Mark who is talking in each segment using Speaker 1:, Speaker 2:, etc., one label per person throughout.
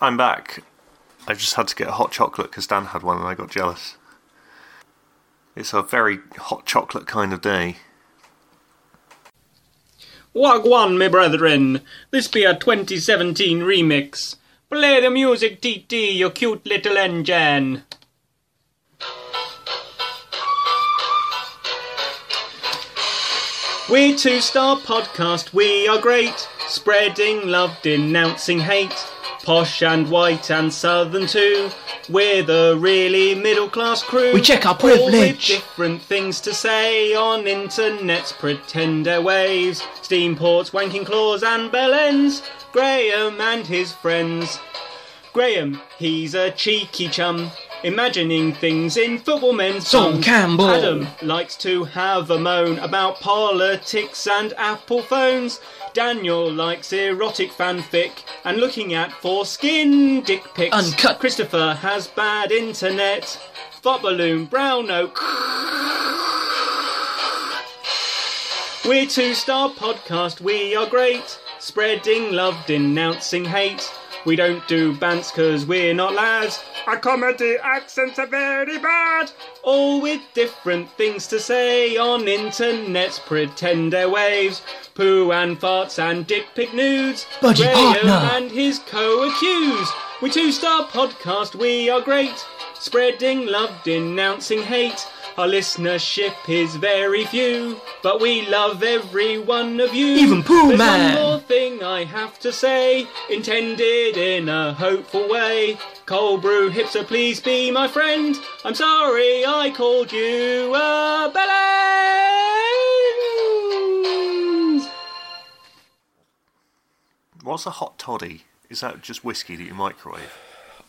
Speaker 1: I'm back. I just had to get a hot chocolate because Dan had one and I got jealous. It's a very hot chocolate kind of day.
Speaker 2: Wagwan, me brethren. This be a 2017 remix. Play the music, TT, you cute little engine. We're Two Star Podcast, we are great. Spreading love, denouncing hate. Posh and white and southern too. We're the really middle class crew.
Speaker 3: We check our
Speaker 2: All with
Speaker 3: privilege.
Speaker 2: different things to say on internet's pretender waves. Steam ports, wanking claws and bell ends. Graham and his friends. Graham, he's a cheeky chum. Imagining things in football men's
Speaker 3: Sol
Speaker 2: songs.
Speaker 3: Campbell.
Speaker 2: Adam likes to have a moan about politics and Apple phones. Daniel likes erotic fanfic and looking at foreskin dick pics.
Speaker 3: Uncut.
Speaker 2: Christopher has bad internet. Fart balloon, brown oak. We're Two Star Podcast, we are great. Spreading love, denouncing hate. We don't do bants cause we're not lads. Our comedy accents are very bad. All with different things to say on internet's pretender waves. Poo and farts and dick pic nudes.
Speaker 3: Budgie
Speaker 2: Graham
Speaker 3: partner.
Speaker 2: and his co-accused. We're Two Star Podcast, we are great. Spreading love, denouncing hate. Our listenership is very few, but we love every one of you.
Speaker 3: Even Pooh
Speaker 2: There's
Speaker 3: Man.
Speaker 2: one more thing I have to say, intended in a hopeful way. Cold brew hipster, please be my friend. I'm sorry I called you a bellend.
Speaker 1: What's a hot toddy? Is that just whiskey that you microwave?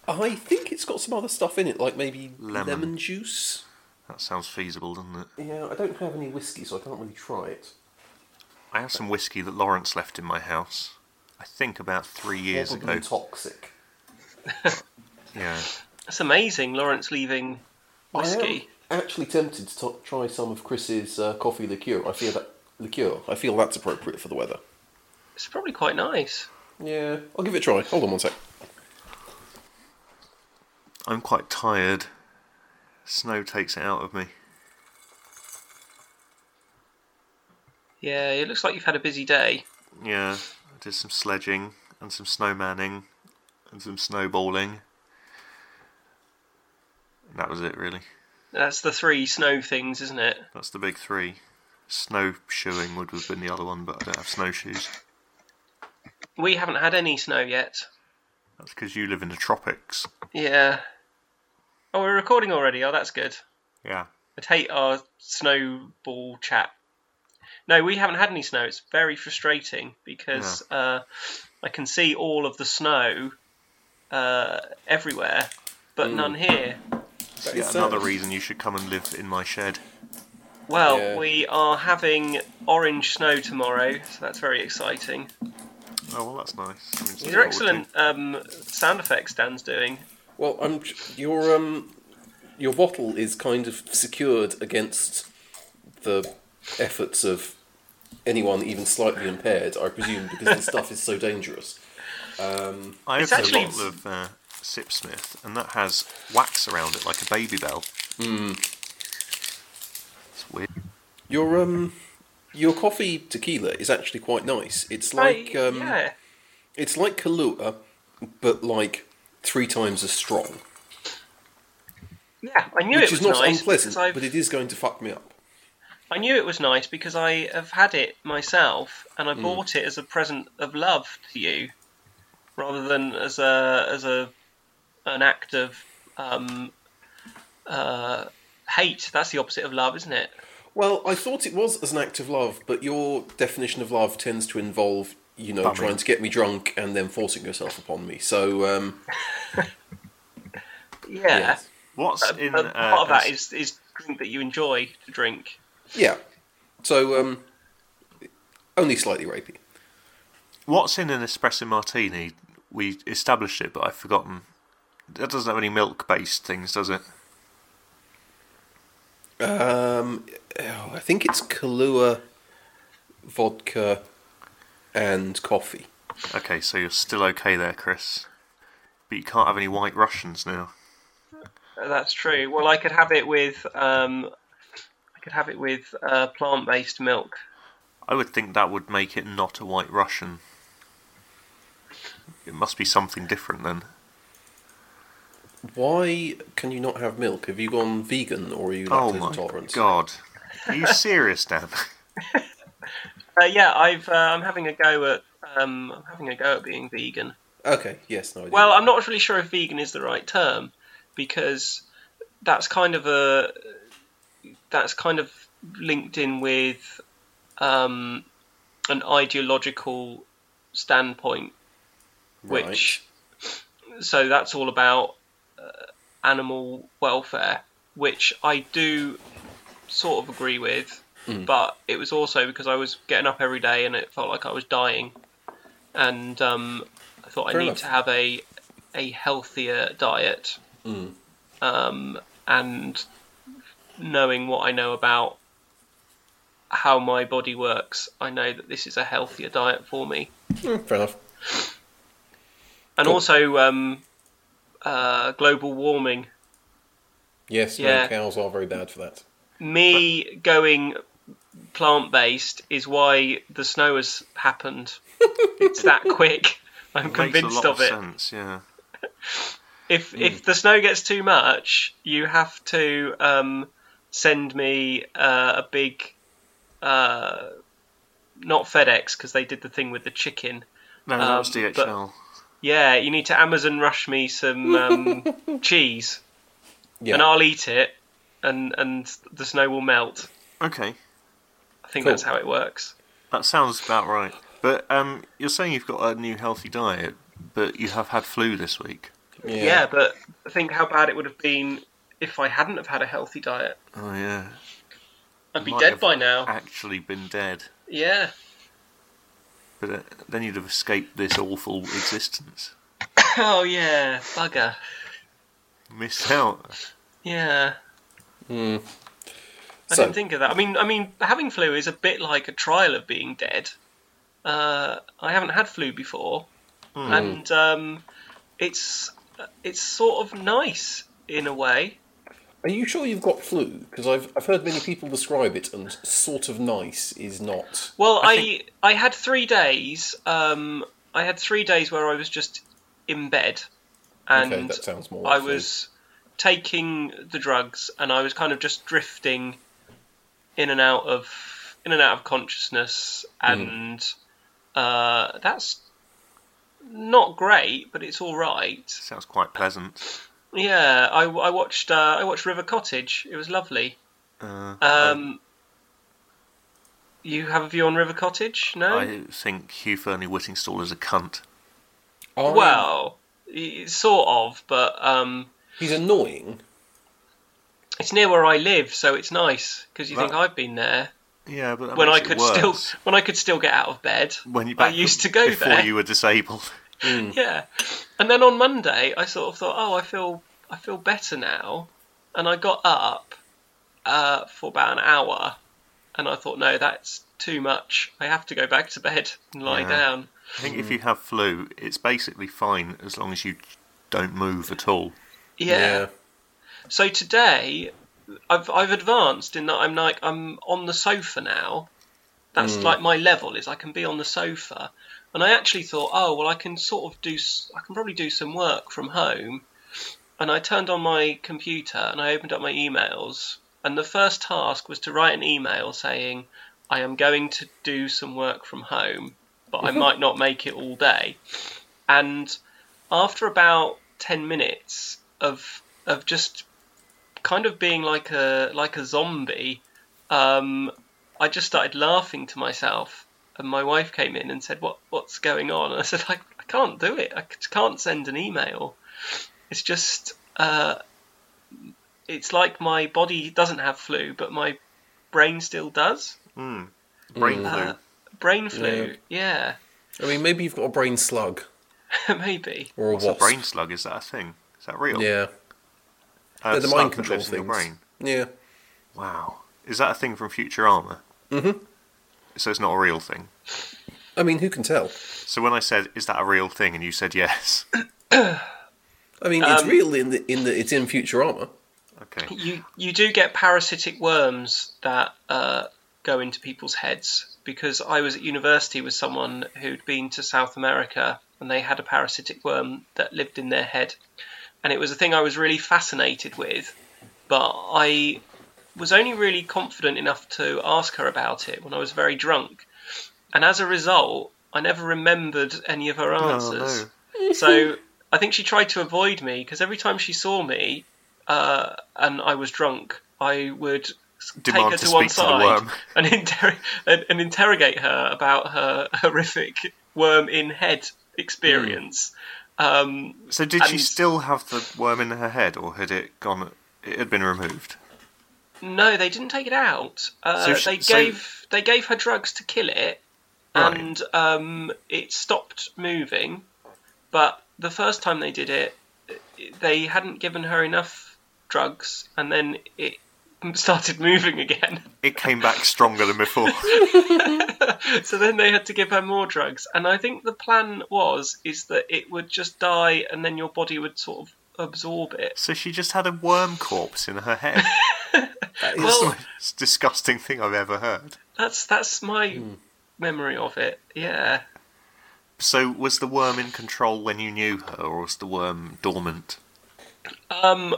Speaker 4: I think it's got some other stuff in it, like maybe
Speaker 1: Lemon.
Speaker 4: lemon, juice.
Speaker 1: That sounds feasible, doesn't it?
Speaker 4: Yeah, I don't have any whiskey, so I can't really try it.
Speaker 1: I have some whiskey that Lawrence left in my house. I think about three years
Speaker 4: Probably
Speaker 1: ago.
Speaker 4: toxic.
Speaker 1: Yeah.
Speaker 5: That's amazing, Lawrence leaving whiskey.
Speaker 4: I am actually tempted to to- try some of Chris's uh, coffee liqueur. I feel that liqueur. I feel that's appropriate for the weather.
Speaker 5: It's probably quite nice.
Speaker 4: Yeah, I'll give it a try. Hold on one sec.
Speaker 1: I'm quite tired. Snow takes it out of me.
Speaker 5: Yeah, it looks like you've had a busy day.
Speaker 1: Yeah, I did some sledging and some snowmanning and some snowballing. And that was it, really.
Speaker 5: That's the three snow things, isn't it?
Speaker 1: That's the big three. Snowshoeing would have been the other one, but I don't have snowshoes.
Speaker 5: We haven't had any snow yet.
Speaker 1: That's because you live in the tropics.
Speaker 5: Yeah. Oh, we're recording already. Oh, that's good.
Speaker 1: Yeah.
Speaker 5: I'd hate our snowball chat. No, we haven't had any snow. It's very frustrating because uh, I can see all of the snow uh, everywhere, but none here.
Speaker 4: That
Speaker 1: Yeah,
Speaker 4: is
Speaker 1: another
Speaker 5: uh,
Speaker 4: sad.
Speaker 1: reason you should come and live in my shed.
Speaker 5: Well,
Speaker 4: Yeah.
Speaker 5: we are having orange snow tomorrow, so that's very exciting.
Speaker 1: Oh, well, that's nice. Something to look
Speaker 5: These are
Speaker 1: forward to.
Speaker 5: excellent um, sound effects Dan's doing.
Speaker 4: Well, I'm your um your bottle is kind of secured against the efforts of anyone even slightly impaired, I presume, because the stuff is so dangerous.
Speaker 1: I have
Speaker 5: It's
Speaker 1: a
Speaker 5: actually-
Speaker 1: bottle of uh, Sipsmith, and that has wax around it like a baby bell. Mm. It's weird.
Speaker 4: Your um your coffee tequila is actually quite nice. It's like
Speaker 5: I-
Speaker 4: um
Speaker 5: yeah,
Speaker 4: it's like Kahlua, but like three times as strong,
Speaker 5: yeah, I knew it
Speaker 4: which
Speaker 5: was
Speaker 4: is not
Speaker 5: nice.
Speaker 4: unpleasant,
Speaker 5: because I've-
Speaker 4: but it is going to fuck me up.
Speaker 5: I knew it was nice because I have had it myself, and
Speaker 4: Hmm.
Speaker 5: I bought it as a present of love to you, rather than as a as a an act of um, uh, hate. That's the opposite of love, isn't it?
Speaker 4: Well, I thought it was as an act of love, but your definition of love tends to involve, you know,
Speaker 1: Bumming.
Speaker 4: trying to get me drunk and then forcing yourself upon me. So, um,
Speaker 5: Yeah.
Speaker 4: yes.
Speaker 1: What's
Speaker 5: But-
Speaker 1: in
Speaker 5: but
Speaker 1: uh,
Speaker 5: part of that
Speaker 1: as-
Speaker 5: is is drink that you enjoy to drink.
Speaker 4: yeah. So, um, only slightly rapey.
Speaker 1: what's in an espresso martini? We established it, but I've forgotten. That doesn't have any milk-based things, does it?
Speaker 4: Um, oh, I think it's Kahlua, vodka, and coffee.
Speaker 1: Okay, so you're still okay there, Chris. but you can't have any white Russians now.
Speaker 5: That's true. Well, I could have it with um, I could have it with uh, plant-based milk.
Speaker 1: I would think that would make it not a white Russian. It must be something different then.
Speaker 4: Why can you not have milk? Have you gone vegan or are you
Speaker 1: Oh
Speaker 4: lactose
Speaker 1: my
Speaker 4: intolerant?
Speaker 1: god. Are you serious, Dan?
Speaker 5: Uh, yeah, I've uh, I'm having a go at um, I'm having a go at being vegan.
Speaker 4: Okay, yes, no idea.
Speaker 5: Well, I'm not really sure if vegan is the right term because that's kind of a that's kind of linked in with um, an ideological standpoint,
Speaker 4: Right.
Speaker 5: which so that's all about uh, animal welfare, which I do sort of agree with,
Speaker 4: Mm.
Speaker 5: but it was also because I was getting up every day and it felt like I was dying, and um, I thought
Speaker 4: Fair
Speaker 5: I need
Speaker 4: enough.
Speaker 5: to have a a healthier diet,
Speaker 4: Mm.
Speaker 5: um, and knowing what I know about how my body works, I know that this is a healthier diet for me.
Speaker 4: Mm, fair enough.
Speaker 5: And
Speaker 4: Cool.
Speaker 5: also um, uh, global warming.
Speaker 4: Yes,
Speaker 5: Yeah.
Speaker 4: no, cows are very bad for that.
Speaker 5: Me going plant based is why the snow has happened. it's that quick. I'm
Speaker 1: Makes a
Speaker 5: convinced
Speaker 1: lot
Speaker 5: of it.
Speaker 1: sense, Mm. yeah.
Speaker 5: If if the snow gets too much, you have to um, send me uh, a big, uh, not FedEx because they did the thing with the chicken.
Speaker 1: No, that
Speaker 5: Um,
Speaker 1: was
Speaker 5: but-
Speaker 1: DHL.
Speaker 5: Yeah, you need to Amazon rush me some um, cheese,
Speaker 4: Yeah.
Speaker 5: and I'll eat it, and and the snow will melt.
Speaker 1: Okay.
Speaker 5: I think
Speaker 4: Cool.
Speaker 5: that's how it works.
Speaker 1: That sounds about right. But um, you're saying you've got a new healthy diet, but you have had flu this week.
Speaker 5: Yeah. but think how bad it would have been if I hadn't have had a healthy diet.
Speaker 1: Oh yeah,
Speaker 5: I'd be
Speaker 1: Might
Speaker 5: dead
Speaker 1: have
Speaker 5: by now.
Speaker 1: actually been dead.
Speaker 5: Yeah.
Speaker 1: But uh, then you'd have escaped this awful existence.
Speaker 5: Oh yeah, bugger.
Speaker 1: Missed out.
Speaker 5: Yeah.
Speaker 4: Mm.
Speaker 5: I
Speaker 4: So-
Speaker 5: didn't think of that. I mean, I mean, having flu is a bit like a trial of being dead. Uh, I haven't had flu before, and um, it's it's sort of nice in a way.
Speaker 4: Are you sure you've got flu? Because I've, I've heard many people describe it, and sort of nice is not.
Speaker 5: Well, I I,
Speaker 1: think-
Speaker 5: had three days. Um, I had three days where I was just in bed, and
Speaker 4: okay, that sounds more.
Speaker 5: I
Speaker 4: like flu.
Speaker 5: was taking the drugs, and I was kind of just drifting in and out of in and out of consciousness, and uh, that's not great, but it's all right.
Speaker 1: Sounds quite pleasant.
Speaker 5: Yeah, I, I watched uh, I watched River Cottage. It was lovely.
Speaker 1: Uh,
Speaker 5: Um, you have a view on River Cottage? No.
Speaker 1: I think Hugh Fernie Whittingstall is a cunt.
Speaker 4: I-
Speaker 5: Well, y- sort of, but um,
Speaker 4: he's annoying.
Speaker 5: it's near where I live, so it's nice because you think
Speaker 1: That-
Speaker 5: I've been there
Speaker 1: Yeah, but that
Speaker 5: when I
Speaker 1: makes it
Speaker 5: could still
Speaker 1: worse.
Speaker 5: when I could still get out of bed.
Speaker 1: when you
Speaker 5: I
Speaker 1: back
Speaker 5: used to go
Speaker 1: before
Speaker 5: there.
Speaker 1: you were disabled.
Speaker 5: Yeah, and then on Monday I sort of thought, oh, I feel I feel better now, and I got up uh, for about an hour, and I thought, no, that's too much. I have to go back to bed and lie
Speaker 1: Yeah.
Speaker 5: down.
Speaker 1: I think if you have flu, it's basically fine as long as you don't move at all.
Speaker 5: yeah. So today, I've I've advanced in that I'm like I'm on the sofa now. That's like my level is I can be on the sofa, and I actually thought, oh well, I can sort of do s- I can probably do some work from home, and I turned on my computer and I opened up my emails, and the first task was to write an email saying, I am going to do some work from home, but I might not make it all day, and after about 10 minutes of of just kind of being like a like a zombie um, I just started laughing to myself and my wife came in and said what what's going on and I said I, I can't do it I c- can't send an email it's just uh, it's like my body doesn't have flu but my brain still does
Speaker 1: Brain
Speaker 5: Uh,
Speaker 1: flu.
Speaker 5: brain flu yeah,
Speaker 4: I mean, maybe you've got a brain slug
Speaker 5: maybe
Speaker 4: or a
Speaker 1: What's a
Speaker 4: wasp.
Speaker 1: brain slug? Is that a thing? Is that real?
Speaker 4: Yeah,
Speaker 1: Uh,
Speaker 4: the
Speaker 1: slug
Speaker 4: mind
Speaker 1: that
Speaker 4: control
Speaker 1: lives in your
Speaker 4: things.
Speaker 1: brain.
Speaker 4: yeah.
Speaker 1: Wow. Is that a thing from Futurama? Mm-hmm. So it's not a real thing.
Speaker 4: I mean, who can tell?
Speaker 1: So when I said, is that a real thing? And you said yes.
Speaker 4: I mean, it's
Speaker 5: Um,
Speaker 4: real in the in the it's in Futurama.
Speaker 1: Okay.
Speaker 5: You you do get parasitic worms that uh, go into people's heads because I was at university with someone who'd been to South America and they had a parasitic worm that lived in their head, and it was a thing I was really fascinated with, but I was only really confident enough to ask her about it when I was very drunk, and as a result, I never remembered any of her
Speaker 1: Oh,
Speaker 5: answers.
Speaker 1: no.
Speaker 5: So I think she tried to avoid me because every time she saw me uh, and I was drunk, I would s- take
Speaker 1: Demand
Speaker 5: her
Speaker 1: to
Speaker 5: to, one
Speaker 1: speak to the
Speaker 5: side
Speaker 1: worm.
Speaker 5: and, inter- and, and interrogate her about her horrific worm in head experience.
Speaker 1: Hmm.
Speaker 5: Um,
Speaker 1: So did she
Speaker 5: And-
Speaker 1: still have the worm in her head, or had it gone? It had been removed.
Speaker 5: no, they didn't take it out. Uh,
Speaker 1: So she-
Speaker 5: they
Speaker 1: so-
Speaker 5: gave they gave her drugs to kill it,
Speaker 1: Right.
Speaker 5: and um, it stopped moving. But the first time they did it, they hadn't given her enough drugs, and then it started moving again.
Speaker 1: It came back stronger than before.
Speaker 5: so then they had to give her more drugs. And I think the plan was is that it would just die, and then your body would sort of absorb it.
Speaker 1: so she just had a worm corpse in her head.
Speaker 4: That is-
Speaker 5: Well,
Speaker 1: It's the disgusting thing I've ever heard.
Speaker 5: that's that's my
Speaker 1: Hmm.
Speaker 5: memory of it. Yeah.
Speaker 1: So was the worm in control when you knew her, or was the worm dormant?
Speaker 5: Um,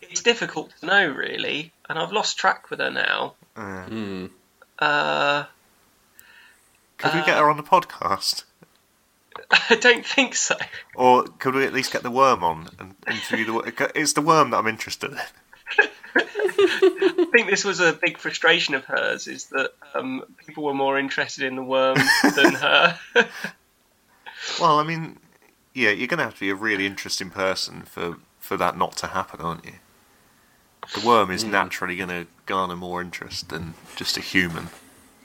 Speaker 5: it's difficult to know, really, and I've lost track with her now.
Speaker 1: Uh,
Speaker 4: Hmm.
Speaker 5: Uh,
Speaker 1: could we get her on the podcast,
Speaker 5: I don't think so.
Speaker 1: or could we at least get the worm on and interview the? wor- It's the worm that I'm interested in.
Speaker 5: I think this was a big frustration of hers is that um, people were more interested in the worm than her.
Speaker 1: Well, I mean, yeah, you're going to have to be a really interesting person for for that not to happen, aren't you? The worm is naturally going to garner more interest than just a human.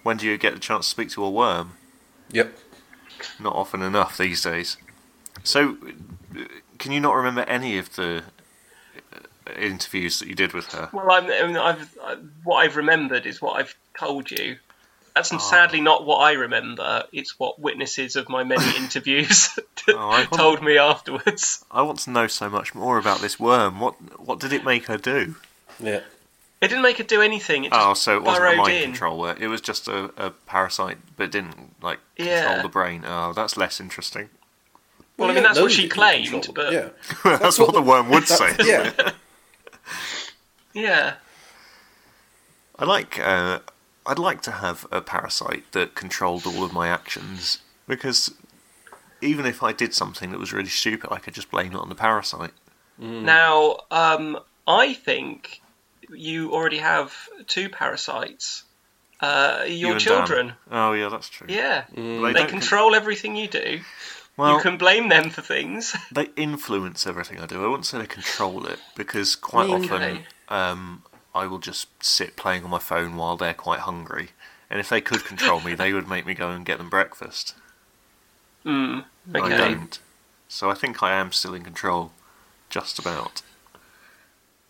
Speaker 1: When do you get the chance to speak to a worm?
Speaker 4: Yep.
Speaker 1: Not often enough these days. So, uh, can you not remember any of the uh, interviews that you did with her?
Speaker 5: Well, I'm, I mean, I've I, what I've remembered is what I've told you.
Speaker 1: Ah.
Speaker 5: That's sadly not what I remember. It's what witnesses of my many interviews
Speaker 1: Oh, I-
Speaker 5: told me afterwards.
Speaker 1: I want to know so much more about this worm. What what did it make her do?
Speaker 4: Yeah.
Speaker 5: It didn't make her do anything. It just
Speaker 1: Oh, so it wasn't a
Speaker 5: burrowed
Speaker 1: mind
Speaker 5: in.
Speaker 1: control where it was just a, a parasite but didn't like control
Speaker 5: Yeah.
Speaker 1: the brain. Oh, that's less interesting.
Speaker 5: Well, I mean,
Speaker 4: you don't
Speaker 5: that's what
Speaker 4: know
Speaker 5: she
Speaker 4: that you
Speaker 5: claimed,
Speaker 4: control it,
Speaker 5: but-
Speaker 4: yeah,
Speaker 1: that's,
Speaker 4: That's
Speaker 1: what,
Speaker 4: what
Speaker 1: the worm would say.
Speaker 4: That's- yeah.
Speaker 5: Yeah.
Speaker 1: I like. Uh, I'd like to have a parasite that controlled all of my actions because even if I did something that was really stupid, I could just blame it on the parasite. Mm.
Speaker 5: Now, um, I think you already have two parasites. Uh, your
Speaker 1: You and
Speaker 5: children.
Speaker 1: Dan. Oh yeah, that's true.
Speaker 5: Yeah.
Speaker 1: They
Speaker 5: They
Speaker 1: don't con-
Speaker 5: control everything you do.
Speaker 1: well,
Speaker 5: you can blame them for things.
Speaker 1: they influence everything I do. I wouldn't say they control it because quite
Speaker 5: Okay.
Speaker 1: often um, I will just sit playing on my phone while they're quite hungry. And if they could control me, they would make me go and get them breakfast.
Speaker 5: Mm,
Speaker 1: I
Speaker 5: okay.
Speaker 1: don't. So I think I am still in control, just about.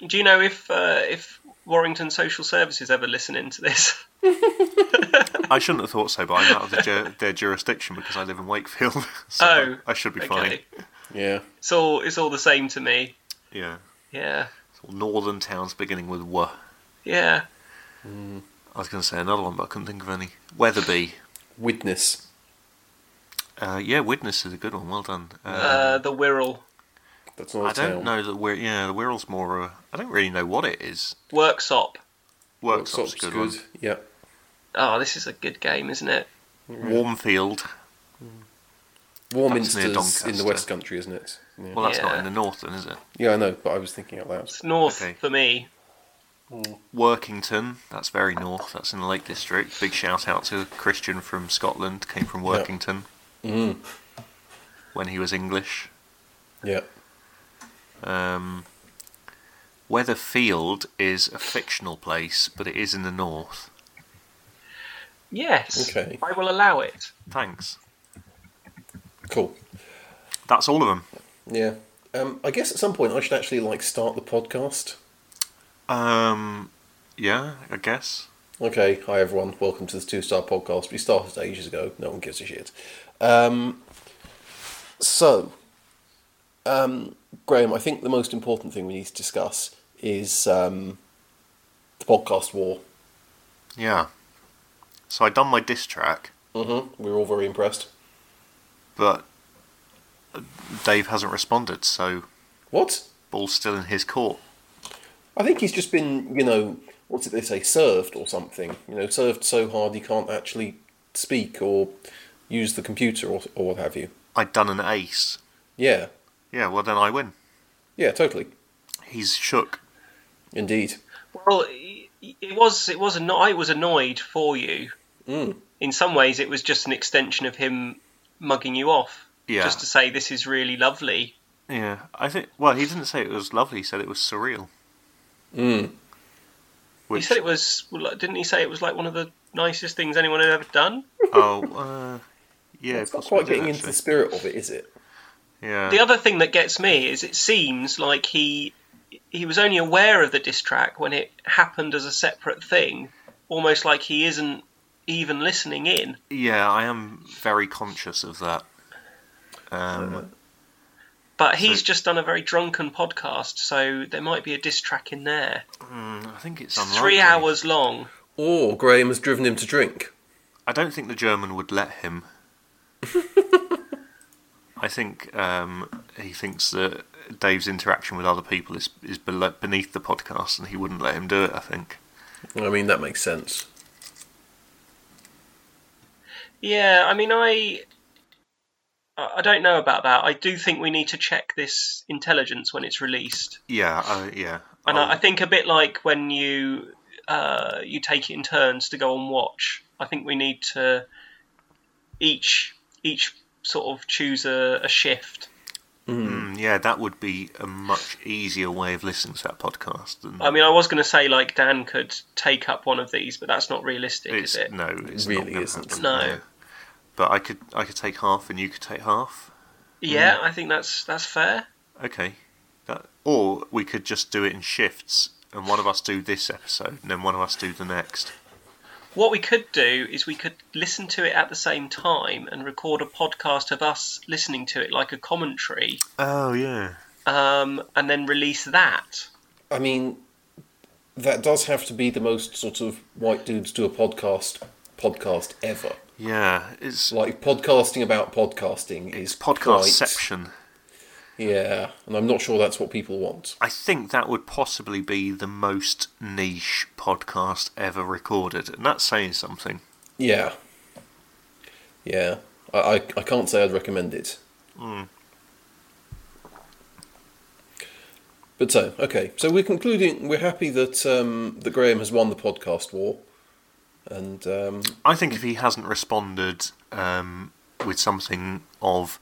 Speaker 5: Do you know if uh, if Warrington Social Services ever listen into this?
Speaker 1: I shouldn't have thought so, but I'm out of the ju- their jurisdiction because I live in Wakefield. so
Speaker 5: Oh,
Speaker 1: I should be
Speaker 5: okay.
Speaker 1: fine.
Speaker 4: yeah.
Speaker 5: It's all it's all the same to me.
Speaker 1: Yeah.
Speaker 5: Yeah.
Speaker 1: Northern towns beginning with W.
Speaker 5: Yeah.
Speaker 1: I was going to say another one, but I couldn't think of any. Weatherby.
Speaker 4: Witness.
Speaker 1: Uh, yeah, Witness is a good one. Well done. Um,
Speaker 5: Uh, the Wirral
Speaker 4: That's not a
Speaker 1: I don't
Speaker 4: town.
Speaker 1: know that we're yeah the Wirral's more. Uh, I don't really know what it is.
Speaker 5: Worksop.
Speaker 1: Worksop's a good,
Speaker 4: good. Yeah.
Speaker 5: Oh, this is a good game, isn't it?
Speaker 1: one. Warmfield. That's near
Speaker 4: Warminster's in the
Speaker 1: Doncaster.
Speaker 4: West Country, isn't it? Yeah.
Speaker 1: Well, that's not
Speaker 5: Yeah.
Speaker 1: in the north, then, is it?
Speaker 4: yeah, I know, but I was thinking out loud.
Speaker 5: It's north
Speaker 1: Okay.
Speaker 5: for me.
Speaker 1: Workington. That's very north. That's in the Lake District. Big shout out to Christian from Scotland. Came from Workington
Speaker 4: Mm.
Speaker 1: when he was English.
Speaker 4: Yeah.
Speaker 1: Um, Weatherfield is a fictional place, but it is in the north.
Speaker 5: Yes.
Speaker 4: Okay.
Speaker 5: I will allow it.
Speaker 1: Thanks.
Speaker 4: Cool.
Speaker 1: That's all of them.
Speaker 4: Yeah. Um, I guess at some point I should actually like start the podcast.
Speaker 1: Um, yeah, I guess.
Speaker 4: Okay, hi everyone. Welcome to the Two Star Podcast. We started ages ago. No one gives a shit. Um, so, Um, Graham, I think the most important thing we need to discuss is um, the podcast war.
Speaker 1: Yeah. So I done my diss track,
Speaker 4: hmm We were all very impressed.
Speaker 1: but Dave hasn't responded, so
Speaker 4: What?
Speaker 1: ball's still in his court.
Speaker 4: I think he's just been, you know, what's it they say, served or something. You know, served so hard he can't actually speak or use the computer or, or what have you.
Speaker 1: I done an ace.
Speaker 4: Yeah,
Speaker 1: Yeah, well then I win.
Speaker 4: yeah, totally.
Speaker 1: He's shook.
Speaker 4: Indeed.
Speaker 5: Well, y- y- it was it was anno- I was annoyed for you.
Speaker 4: Mm.
Speaker 5: In some ways, it was just an extension of him mugging you off,
Speaker 1: Yeah.
Speaker 5: just to say this is really lovely.
Speaker 1: Yeah. I think well, he didn't say it was lovely, he said it was surreal.
Speaker 4: Mm.
Speaker 1: Which
Speaker 5: He said it was. well, like, Didn't he say it was like one of the nicest things anyone had ever done?
Speaker 1: oh uh, yeah,
Speaker 4: it's not
Speaker 1: possibly
Speaker 4: quite
Speaker 1: did,
Speaker 4: getting into the
Speaker 1: actually.
Speaker 4: spirit of it, is it?
Speaker 1: Yeah.
Speaker 5: The other thing that gets me is it seems like he he was only aware of the diss track when it happened as a separate thing, almost like he isn't even listening in.
Speaker 1: Yeah, I am very conscious of that. Um,
Speaker 5: Uh, But he's
Speaker 1: So-
Speaker 5: just done a very drunken podcast, so there might be a diss track in there.
Speaker 1: mm, I think it's
Speaker 5: It's
Speaker 1: unlikely.
Speaker 5: three hours long.
Speaker 4: Or Graham has driven him to drink.
Speaker 1: I don't think the German would let him. I think um, he thinks that Dave's interaction with other people is is belo- beneath the podcast, and he wouldn't let him do it. I think.
Speaker 4: I mean, that makes sense.
Speaker 5: Yeah, I mean, I I I don't know about that. I do think we need to check this intelligence when it's released.
Speaker 1: Yeah, uh, yeah.
Speaker 5: And
Speaker 1: I'll-
Speaker 5: I, I think a bit like when you uh, you take it in turns to go and watch. I think we need to each each sort of choose a, a shift.
Speaker 1: Mm, yeah, that would be a much easier way of listening to that podcast. Than
Speaker 5: I mean, I was going to say like Dan could take up one of these, but that's not realistic,
Speaker 1: it's
Speaker 5: is it?
Speaker 1: no, it's
Speaker 4: Really
Speaker 1: not gonna
Speaker 4: isn't.
Speaker 1: happen,
Speaker 5: No.
Speaker 1: But I could, I could take half, and you could take half.
Speaker 5: Yeah,
Speaker 1: mm.
Speaker 5: I think that's that's fair.
Speaker 1: Okay. That, or we could just do it in shifts, and one of us do this episode, and then one of us do the next.
Speaker 5: What we could do is we could listen to it at the same time and record a podcast of us listening to it like a commentary,
Speaker 1: Oh yeah.
Speaker 5: um, and then release that.
Speaker 4: I mean, that does have to be the most sort of white dudes do a podcast podcast ever.
Speaker 1: Yeah, it's
Speaker 4: Like podcasting about podcasting is
Speaker 1: it's
Speaker 4: quite-
Speaker 1: podcast section.
Speaker 4: Yeah, and I'm not sure that's what people want.
Speaker 1: I think that would possibly be the most niche podcast ever recorded, and that's saying something.
Speaker 4: Yeah, yeah. I I, I can't say I'd recommend it.
Speaker 1: Hmm.
Speaker 4: But so okay, so we're concluding. We're happy that um, that Graham has won the podcast war, and um,
Speaker 1: I think if he hasn't responded um, with something of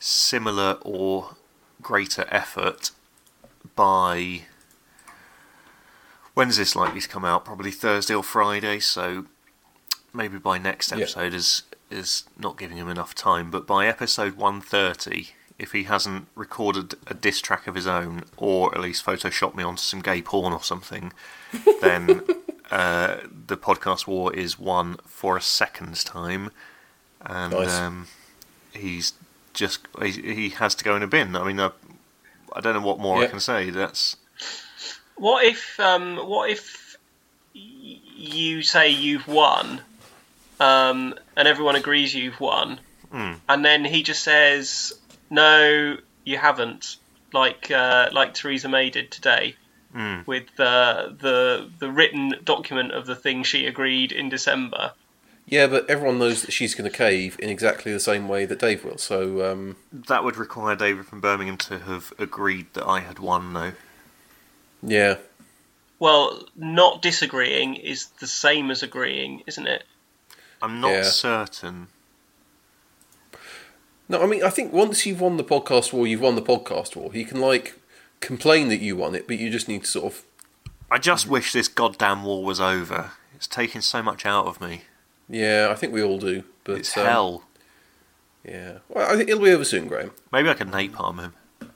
Speaker 1: similar or greater effort by when's this likely to come out? Probably Thursday or Friday. So maybe by next
Speaker 4: Yeah.
Speaker 1: episode is is not giving him enough time. But by episode one thirty, if he hasn't recorded a diss track of his own, or at least photoshopped me onto some gay porn or something, then uh, the podcast war is won for a second's time, and
Speaker 4: Nice.
Speaker 1: um, he's just he, he has to go in a bin. I mean, I, I don't know what more
Speaker 4: Yeah.
Speaker 1: I can say. That's
Speaker 5: What if um, what if y- you say you've won, um, and everyone agrees you've won,
Speaker 1: Mm.
Speaker 5: and then he just says, "No, you haven't," like uh, like Theresa May did today.
Speaker 1: Mm.
Speaker 5: With uh, the the written document of the thing she agreed in December,
Speaker 4: yeah, but everyone knows that she's going to cave in exactly the same way that Dave will. So um,
Speaker 1: that would require David from Birmingham to have agreed that I had won, though.
Speaker 4: yeah,
Speaker 5: well, not disagreeing is the same as agreeing, isn't it?
Speaker 1: I'm not
Speaker 4: Yeah.
Speaker 1: certain.
Speaker 4: No, I mean, I think once you've won the podcast war, you've won the podcast war. You can like complain that you won it, but you just need to sort of
Speaker 1: I just wish this goddamn war was over. It's taking so much out of me.
Speaker 4: yeah. I think we all do, but
Speaker 1: It's
Speaker 4: um,
Speaker 1: hell.
Speaker 4: Yeah, well, I think it'll be over soon, Graham.
Speaker 1: Maybe I can napalm him.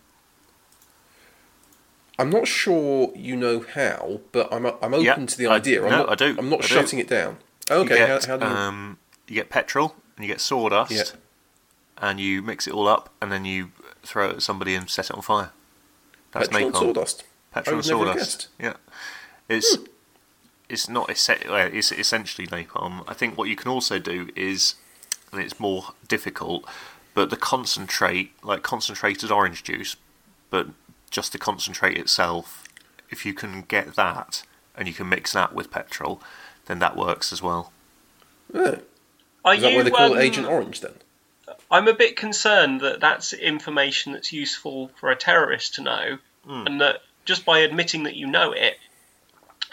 Speaker 4: I'm not sure you know how, but I'm I'm open
Speaker 1: Yeah,
Speaker 4: to the
Speaker 1: I-
Speaker 4: idea. I'm
Speaker 1: no,
Speaker 4: not,
Speaker 1: I do,
Speaker 4: I'm not
Speaker 1: I do. uh,
Speaker 4: shutting it down. Okay,
Speaker 1: you get,
Speaker 4: how, how do you?
Speaker 1: um, you get petrol and you get sawdust,
Speaker 4: Yeah.
Speaker 1: and you mix it all up, and then you throw it at somebody and set it on fire. That's
Speaker 4: Petrol and
Speaker 1: napalm.
Speaker 4: sawdust. I
Speaker 1: Petrol and
Speaker 4: would never have
Speaker 1: sawdust. Yeah, it's it's not esse- well, it's essentially napalm. I think what you can also do is, and it's more difficult, but the concentrate like concentrated orange juice, but just the concentrate itself. If you can get that and you can mix that with petrol, then that works as well.
Speaker 4: Yeah.
Speaker 5: Are
Speaker 4: Is that
Speaker 5: you?
Speaker 4: why they call
Speaker 5: um,
Speaker 4: it Agent Orange then?
Speaker 5: I'm a bit concerned that that's information that's useful for a terrorist to know,
Speaker 4: Hmm.
Speaker 5: and that just by admitting that you know it,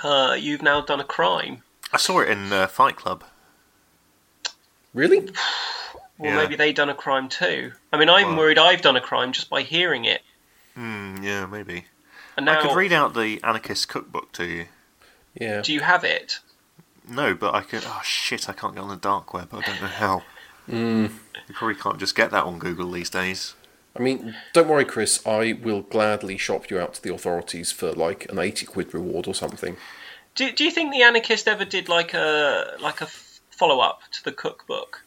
Speaker 5: uh, you've now done a crime.
Speaker 1: I saw it in uh, Fight Club.
Speaker 4: Really?
Speaker 5: Well,
Speaker 1: Yeah.
Speaker 5: maybe they've done a crime too. I mean, I'm
Speaker 1: Well-
Speaker 5: worried I've done a crime just by hearing it.
Speaker 1: Hmm, yeah, maybe.
Speaker 5: And now,
Speaker 1: I could read out the anarchist cookbook to you.
Speaker 4: Yeah.
Speaker 5: do you have it?
Speaker 1: No, but I can. Oh shit! I can't get on the dark web. I don't know how.
Speaker 4: Hmm.
Speaker 1: You probably can't just get that on Google these days.
Speaker 4: I mean, don't worry, Chris. I will gladly shop you out to the authorities for like an eighty quid reward or something.
Speaker 5: Do, do you think the anarchist ever did like a like a follow up to the cookbook?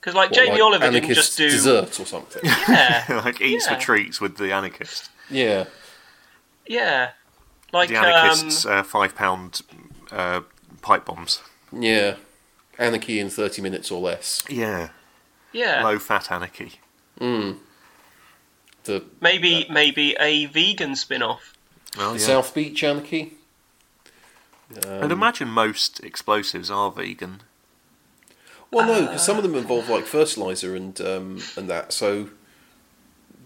Speaker 5: Because like
Speaker 4: What,
Speaker 5: Jamie
Speaker 4: like
Speaker 5: Oliver didn't
Speaker 4: anarchist
Speaker 5: just do
Speaker 4: dessert or something.
Speaker 5: yeah
Speaker 1: like eats
Speaker 5: Yeah.
Speaker 1: for treats with the anarchist.
Speaker 4: yeah.
Speaker 5: yeah like
Speaker 1: The
Speaker 5: um,
Speaker 1: anarchists' uh, five pound uh, pipe bombs.
Speaker 4: Yeah. Anarchy in thirty minutes or less.
Speaker 1: Yeah,
Speaker 5: um, yeah
Speaker 1: low fat anarchy.
Speaker 4: Hmm. The
Speaker 5: maybe maybe a vegan spin off.
Speaker 1: Oh, yeah.
Speaker 4: South Beach anarchy.
Speaker 1: I'd imagine most explosives are vegan.
Speaker 4: Well, no, 'cause some of
Speaker 5: Uh.
Speaker 4: them involve like fertilizer and um, and that. So
Speaker 1: You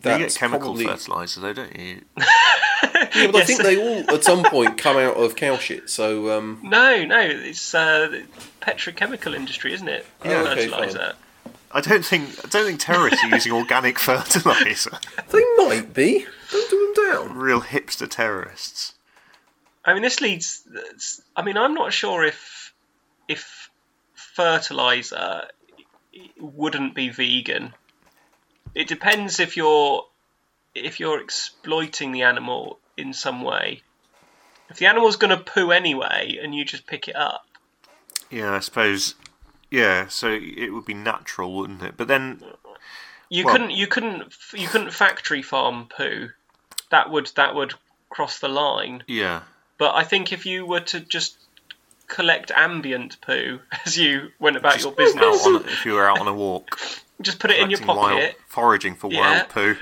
Speaker 4: that's
Speaker 1: get chemical
Speaker 4: probably.
Speaker 1: fertilizer though, don't you?
Speaker 4: Yeah, but I think they all at some point come out of cow shit. So um,
Speaker 5: No, no, it's uh, the petrochemical industry, isn't it?
Speaker 4: Yeah, okay,
Speaker 5: fertilizer.
Speaker 1: I don't think I don't think terrorists are using organic fertilizer.
Speaker 4: they might be. Don't do them down.
Speaker 1: Real hipster terrorists.
Speaker 5: I mean, this leads. it's- I mean, I'm not sure if if fertilizer wouldn't be vegan. It depends if you're if you're exploiting the animal in some way. If the animal's going to poo anyway, and you just pick it up,
Speaker 1: Yeah, I suppose. Yeah, so it would be natural, wouldn't it? But then,
Speaker 5: you
Speaker 1: Well-
Speaker 5: couldn't you couldn't you couldn't factory farm poo. That would that would cross the line.
Speaker 1: yeah,
Speaker 5: But I think if you were to just collect ambient poo as you went about your business,
Speaker 1: out on a- if you were out on a walk,
Speaker 5: just put it in your
Speaker 1: collecting wild-
Speaker 5: pocket,
Speaker 1: foraging for
Speaker 5: Yeah.
Speaker 1: wild poo.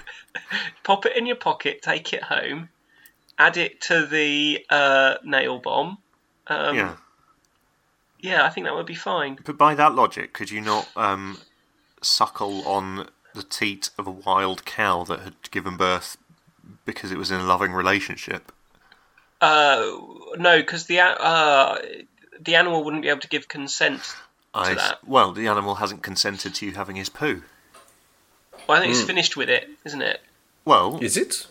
Speaker 5: pop it in your pocket, take it home, add it to the uh, nail bomb. Um, yeah.
Speaker 1: yeah,
Speaker 5: I think that would be fine.
Speaker 1: but by that logic, could you not um, suckle on the teat of a wild cow that had given birth because it was in a loving relationship?
Speaker 5: Uh, no, because the a- uh, the animal wouldn't be able to give consent.
Speaker 1: I s-
Speaker 5: that.
Speaker 1: well, the animal hasn't consented to you having his poo.
Speaker 5: Well, I think
Speaker 1: Hmm.
Speaker 5: it's finished with it, isn't it?
Speaker 1: Well,
Speaker 4: Is it?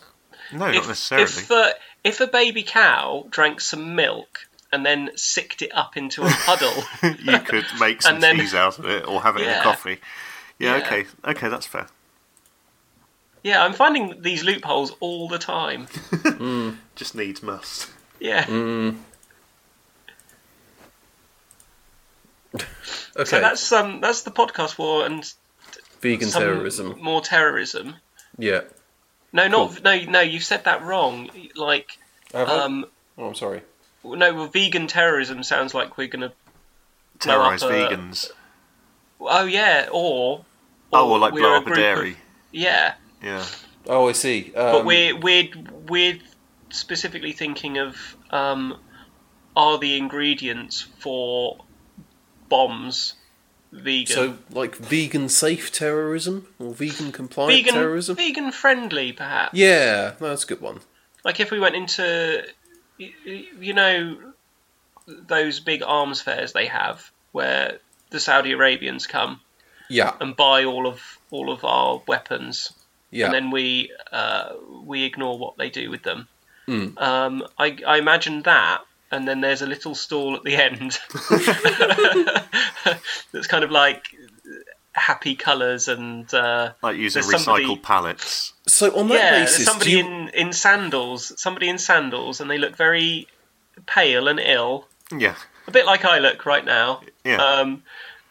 Speaker 1: no,
Speaker 5: if,
Speaker 1: not necessarily.
Speaker 5: If, uh, if a baby cow drank some milk and then sicked it up into a puddle,
Speaker 1: you could make some
Speaker 5: And then-
Speaker 1: cheese out of it or have it in
Speaker 5: Yeah.
Speaker 1: a coffee. Yeah,
Speaker 5: Yeah.
Speaker 1: okay, okay, that's fair.
Speaker 5: yeah, I'm finding these loopholes all the time.
Speaker 1: Just needs must.
Speaker 5: Yeah,
Speaker 4: Mm. Okay.
Speaker 5: so that's um, that's the podcast war and
Speaker 4: Vegan
Speaker 5: some
Speaker 4: terrorism.
Speaker 5: more terrorism.
Speaker 4: Yeah.
Speaker 5: No, not no, no. You've said that wrong. Like,
Speaker 4: Have I?
Speaker 1: Uh-huh.
Speaker 5: um,
Speaker 4: oh, I'm sorry.
Speaker 5: no, well, vegan terrorism sounds like we're gonna. Blow up
Speaker 1: Terrorise
Speaker 5: a-
Speaker 1: vegans.
Speaker 5: Oh yeah, or.
Speaker 1: oh, or like
Speaker 5: we're
Speaker 1: blow up a
Speaker 5: group of-
Speaker 1: dairy.
Speaker 5: yeah,
Speaker 1: Yeah.
Speaker 4: Oh, I see. Um,
Speaker 5: but we're we're we're specifically thinking of um, are the ingredients for bombs vegan?
Speaker 4: so like vegan safe terrorism or vegan compliant
Speaker 5: vegan
Speaker 4: terrorism.
Speaker 5: vegan friendly, perhaps.
Speaker 4: yeah, no, that's a good one.
Speaker 5: Like if we went into, y- y- you know, those big arms fairs they have where the Saudi Arabians come
Speaker 4: Yeah,
Speaker 5: and buy all of all of our weapons,
Speaker 4: yeah.
Speaker 5: and then we uh, we ignore what they do with them.
Speaker 4: Hmm.
Speaker 5: Um, I, I imagine that, and then there's a little stall at the end that's kind of like happy colours and uh,
Speaker 1: Like using
Speaker 5: There's
Speaker 1: recycled
Speaker 5: somebody-
Speaker 1: pallets.
Speaker 4: so on that
Speaker 5: yeah, there's
Speaker 4: basis,
Speaker 5: somebody
Speaker 4: do you-
Speaker 5: in in sandals, somebody in sandals, and they look very pale and ill,
Speaker 1: Yeah.
Speaker 5: a bit like I look right now.
Speaker 1: Yeah.
Speaker 5: Um,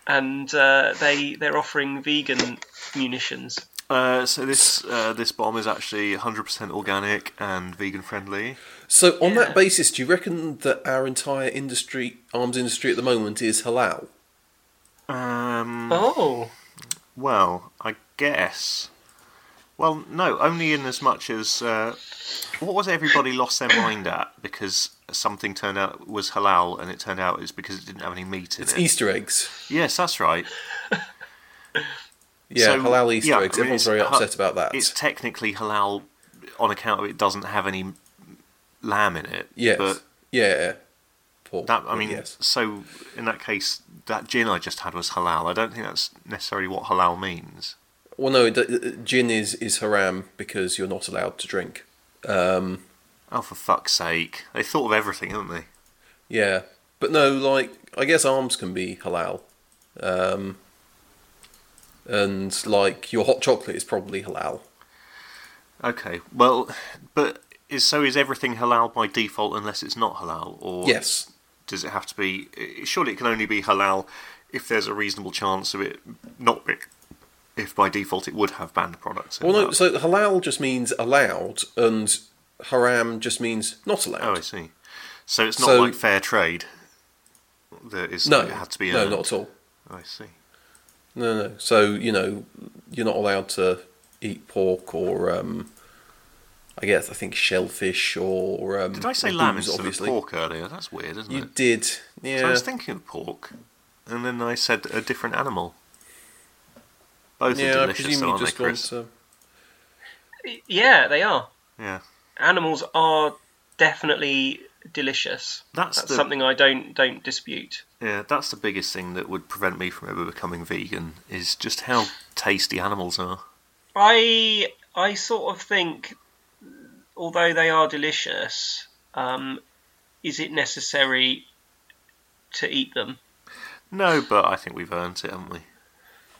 Speaker 5: and uh, they they're offering vegan munitions.
Speaker 1: Uh, so this uh, this bomb is actually 100% organic and vegan friendly.
Speaker 4: So on
Speaker 5: Yeah.
Speaker 4: that basis, do you reckon that our entire industry, arms industry at the moment, is halal? Hmm.
Speaker 1: Um,
Speaker 5: Oh,
Speaker 1: Well, I guess. Well, no, only in as much as uh, what was everybody lost their mind at because something turned out was halal and it turned out it's because it didn't have any meat in
Speaker 4: It's
Speaker 1: it.
Speaker 4: Easter eggs.
Speaker 1: Yes, that's right.
Speaker 4: Yeah,
Speaker 1: So,
Speaker 4: halal Easter
Speaker 1: yeah,
Speaker 4: eggs.
Speaker 1: I mean,
Speaker 4: Everyone's
Speaker 1: it's
Speaker 4: very
Speaker 1: ha-
Speaker 4: upset about that.
Speaker 1: It's technically halal on account of it doesn't have any lamb in it.
Speaker 4: yes.
Speaker 1: But
Speaker 4: yeah. Pork.
Speaker 1: that I mean,
Speaker 4: yes.
Speaker 1: so in that case, that gin I just had was halal. I don't think that's necessarily what halal means.
Speaker 4: Well, no, d- d- gin is is haram because you're not allowed to drink. Um,
Speaker 1: Oh, for fuck's sake! They thought of everything, haven't they?
Speaker 4: yeah, but no, like I guess arms can be halal, um, and like your hot chocolate is probably halal.
Speaker 1: Okay, well, but is so is everything halal by default unless it's not halal, or
Speaker 4: Yes.
Speaker 1: does it have to be? i- Surely it can only be halal if there's a reasonable chance of it not be. If by default it would have banned products. in
Speaker 4: Well, no.
Speaker 1: that.
Speaker 4: So halal just means allowed, and haram just means not
Speaker 1: oh,
Speaker 4: allowed.
Speaker 1: I see. So it's not
Speaker 4: So-
Speaker 1: like fair trade. That is,
Speaker 4: no,
Speaker 1: it had to be.
Speaker 4: no,
Speaker 1: earned.
Speaker 4: not at all.
Speaker 1: I see.
Speaker 4: No, no. So you know, you're not allowed to eat pork or, um, I guess I think shellfish or. Um,
Speaker 1: Did I say
Speaker 4: or
Speaker 1: lamb
Speaker 4: booze,
Speaker 1: instead of pork earlier? That's weird, isn't
Speaker 4: You
Speaker 1: it?
Speaker 4: did,
Speaker 1: So I
Speaker 4: yeah.
Speaker 1: was thinking of pork, and then I said a different animal. Both
Speaker 4: yeah,
Speaker 1: are
Speaker 4: I
Speaker 1: delicious,
Speaker 4: presume
Speaker 1: though,
Speaker 4: you
Speaker 1: aren't they,
Speaker 4: just want
Speaker 1: Chris?
Speaker 4: to.
Speaker 5: yeah, they are.
Speaker 1: Yeah.
Speaker 5: Animals are definitely delicious.
Speaker 1: That's,
Speaker 5: That's
Speaker 1: the
Speaker 5: something I don't don't dispute.
Speaker 1: yeah, that's the biggest thing that would prevent me from ever becoming vegan is just how tasty animals are.
Speaker 5: I I sort of think, although they are delicious, um, is it necessary to eat them?
Speaker 1: No, but I think we've earned it, haven't we?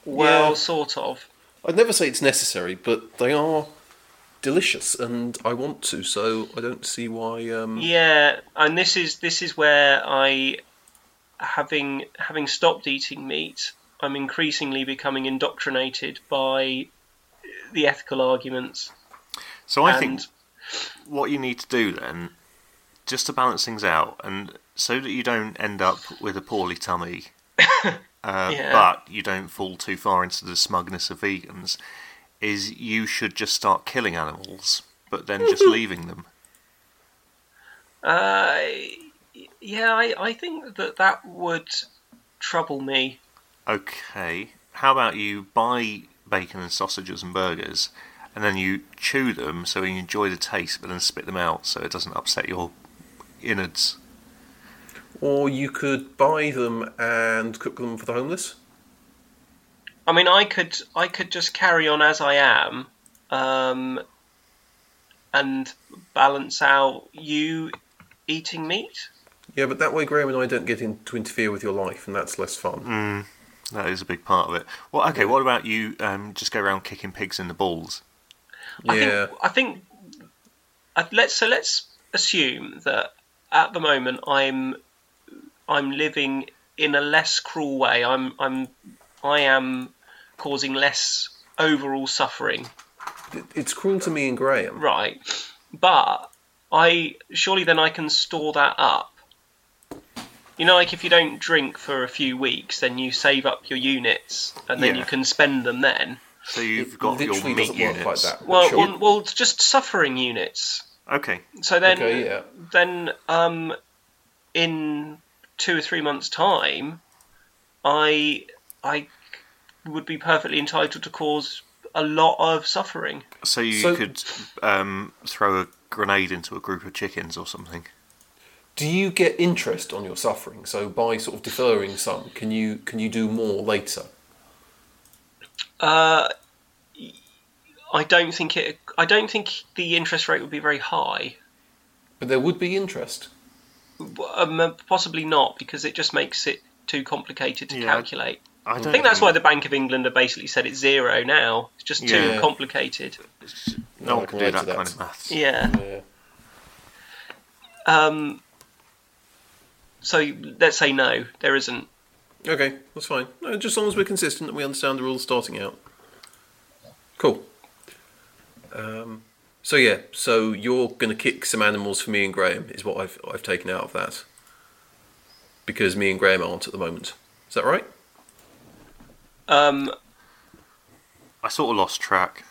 Speaker 5: Well,
Speaker 4: Yeah.
Speaker 5: sort of.
Speaker 4: I'd never say it's necessary, but they are delicious, and I want to, so I don't see why. Um,
Speaker 5: Yeah, and this is this is where I, having having stopped eating meat, I'm increasingly becoming indoctrinated by the ethical arguments.
Speaker 1: So I
Speaker 5: and
Speaker 1: think what you need to do then, just to balance things out, and so that you don't end up with a poorly tummy, uh,
Speaker 5: Yeah.
Speaker 1: but you don't fall too far into the smugness of vegans, is you should just start killing animals, but then just leaving them.
Speaker 5: uh, yeah, I, I think that that would trouble me.
Speaker 1: Okay. How about you buy bacon and sausages and burgers, and then you chew them so you enjoy the taste, but then spit them out so it doesn't upset your innards.
Speaker 4: Or you could buy them and cook them for the homeless.
Speaker 5: I mean, I could I could just carry on as I am, um, and balance out you eating meat.
Speaker 4: Yeah, but that way Graham and I don't get in to interfere with your life, and that's less fun.
Speaker 5: Mm.
Speaker 1: That is a big part of it. Well, okay. What about you? Um, just go around kicking pigs in the balls.
Speaker 5: I
Speaker 4: Yeah.
Speaker 5: think, I think I- let's so let's assume that at the moment I'm I'm living in a less cruel way. I'm I'm I am causing less overall suffering,
Speaker 4: It- It's cruel to me and Graham.
Speaker 5: right? But I surely then I can store that up. You know, like if you don't drink for a few weeks, then you save up your units and then
Speaker 1: Yeah.
Speaker 5: you can spend them then.
Speaker 1: So you've
Speaker 4: It
Speaker 1: got your
Speaker 4: literally
Speaker 1: meat
Speaker 4: doesn't
Speaker 1: units.
Speaker 4: work like that. but
Speaker 5: Well,
Speaker 4: sure.
Speaker 5: well, well, it's just suffering units.
Speaker 1: Okay.
Speaker 5: So then,
Speaker 4: Okay, yeah.
Speaker 5: then um, in two or three months' time, I I would be perfectly entitled to cause a lot of suffering.
Speaker 1: So you
Speaker 4: So-
Speaker 1: could um, throw a grenade into a group of chickens or something.
Speaker 4: do you get interest on your suffering? So by sort of deferring some, can you can you do more later?
Speaker 5: Uh, I don't think it. I don't think the interest rate would be very high.
Speaker 4: But there would be interest.
Speaker 5: Um, possibly not because it just makes it too complicated to
Speaker 1: Yeah, Mm. I
Speaker 5: calculate.
Speaker 1: I don't
Speaker 5: I think that's why the Bank of England have basically said it's zero now. It's just too
Speaker 1: Yeah.
Speaker 5: complicated.
Speaker 1: no one
Speaker 4: I can
Speaker 1: can do
Speaker 4: relate
Speaker 1: that,
Speaker 4: to that.
Speaker 1: kind of maths.
Speaker 5: Yeah.
Speaker 4: Yeah.
Speaker 5: Um, so let's say no, there isn't.
Speaker 4: Okay, that's fine. No, just as long as we're consistent and we understand the rules starting out. Cool. Um, so yeah, so you're gonna kick some animals for me and Graham is what I've I've taken out of that. Because me and Graham aren't at the moment. Is that right?
Speaker 5: Um,
Speaker 1: I sort of lost track.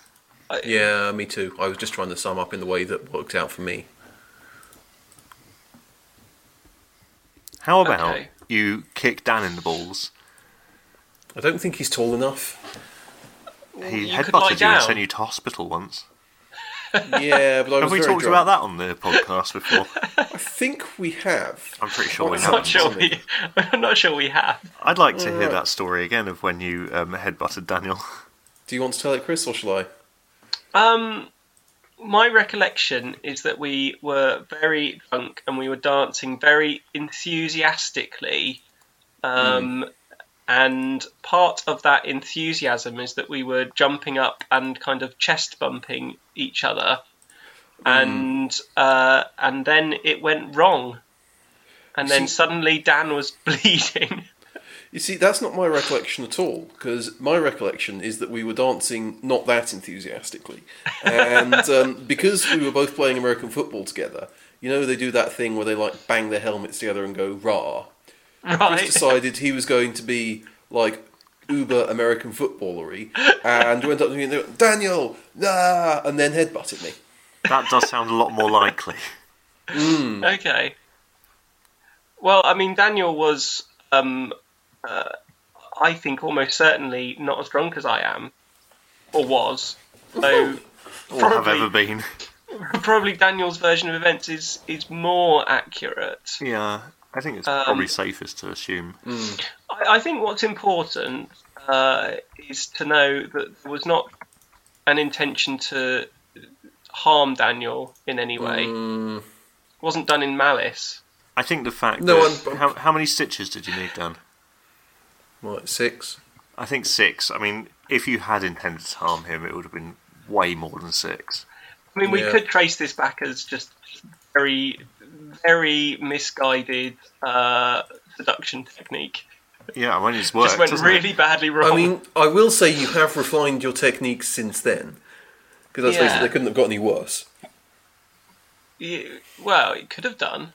Speaker 4: Yeah, me too. I was just trying to sum up in the way that worked out for me.
Speaker 1: How about
Speaker 5: Okay.
Speaker 1: you kick Dan in the balls?
Speaker 4: I don't think he's tall enough.
Speaker 1: He
Speaker 5: you could lie
Speaker 1: headbutted you and
Speaker 5: down.
Speaker 1: sent you to hospital once.
Speaker 4: Yeah, but I was
Speaker 1: Have we
Speaker 4: very
Speaker 1: talked
Speaker 4: drunk.
Speaker 1: about that on the podcast before?
Speaker 4: I think we have.
Speaker 1: I'm pretty sure we
Speaker 4: What's
Speaker 5: I'm
Speaker 1: haven't.
Speaker 5: not sure we. I'm not sure we have.
Speaker 1: I'd like to hear
Speaker 4: Alright.
Speaker 1: that story again of when you um, headbutted Daniel.
Speaker 4: Do you want to tell it, Chris, or shall I?
Speaker 5: Um, my recollection is that we were very drunk and we were dancing very enthusiastically. Um, And part of that enthusiasm is that we were jumping up and kind of chest bumping each other, and uh, and then it went wrong, and then
Speaker 4: See-
Speaker 5: suddenly Dan was bleeding.
Speaker 4: You see, that's not my recollection at all, because my recollection is that we were dancing not that enthusiastically. And um, because we were both playing American football together, you know, they do that thing where they like bang their helmets together and go rah. Chris
Speaker 5: right?
Speaker 4: decided he was going to be like uber American footballery and went up to me and went, Daniel, nah, and then headbutted me.
Speaker 1: That does sound a lot more likely.
Speaker 5: Okay. Well, I mean, Daniel was, um, uh, I think, almost certainly not as drunk as I am, or was. So
Speaker 1: Or have
Speaker 5: Probably.
Speaker 1: ever been.
Speaker 5: probably Daniel's version of events is is more accurate.
Speaker 1: Yeah, I think it's
Speaker 5: Um,
Speaker 1: probably safest to assume.
Speaker 5: I, I think what's important uh, is to know that there was not an intention to harm Daniel in any way.
Speaker 1: Mm.
Speaker 5: Wasn't done in malice.
Speaker 1: I think the fact
Speaker 4: No,
Speaker 1: that
Speaker 4: I'm-
Speaker 1: how, how many stitches did you need, Dan?
Speaker 4: Right, six.
Speaker 1: I think six. I mean, if you had intended to harm him, it would have been way more than six.
Speaker 5: I mean, we
Speaker 4: Yeah.
Speaker 5: could trace this back as just very, very misguided uh, seduction technique.
Speaker 1: Yeah, I mean, it's worked.
Speaker 5: just went
Speaker 1: hasn't it?
Speaker 5: really badly wrong.
Speaker 4: I mean, I will say you have refined your techniques since then, because let's face
Speaker 5: Yeah.
Speaker 4: it, they couldn't have got any worse.
Speaker 5: You- well, it could have done.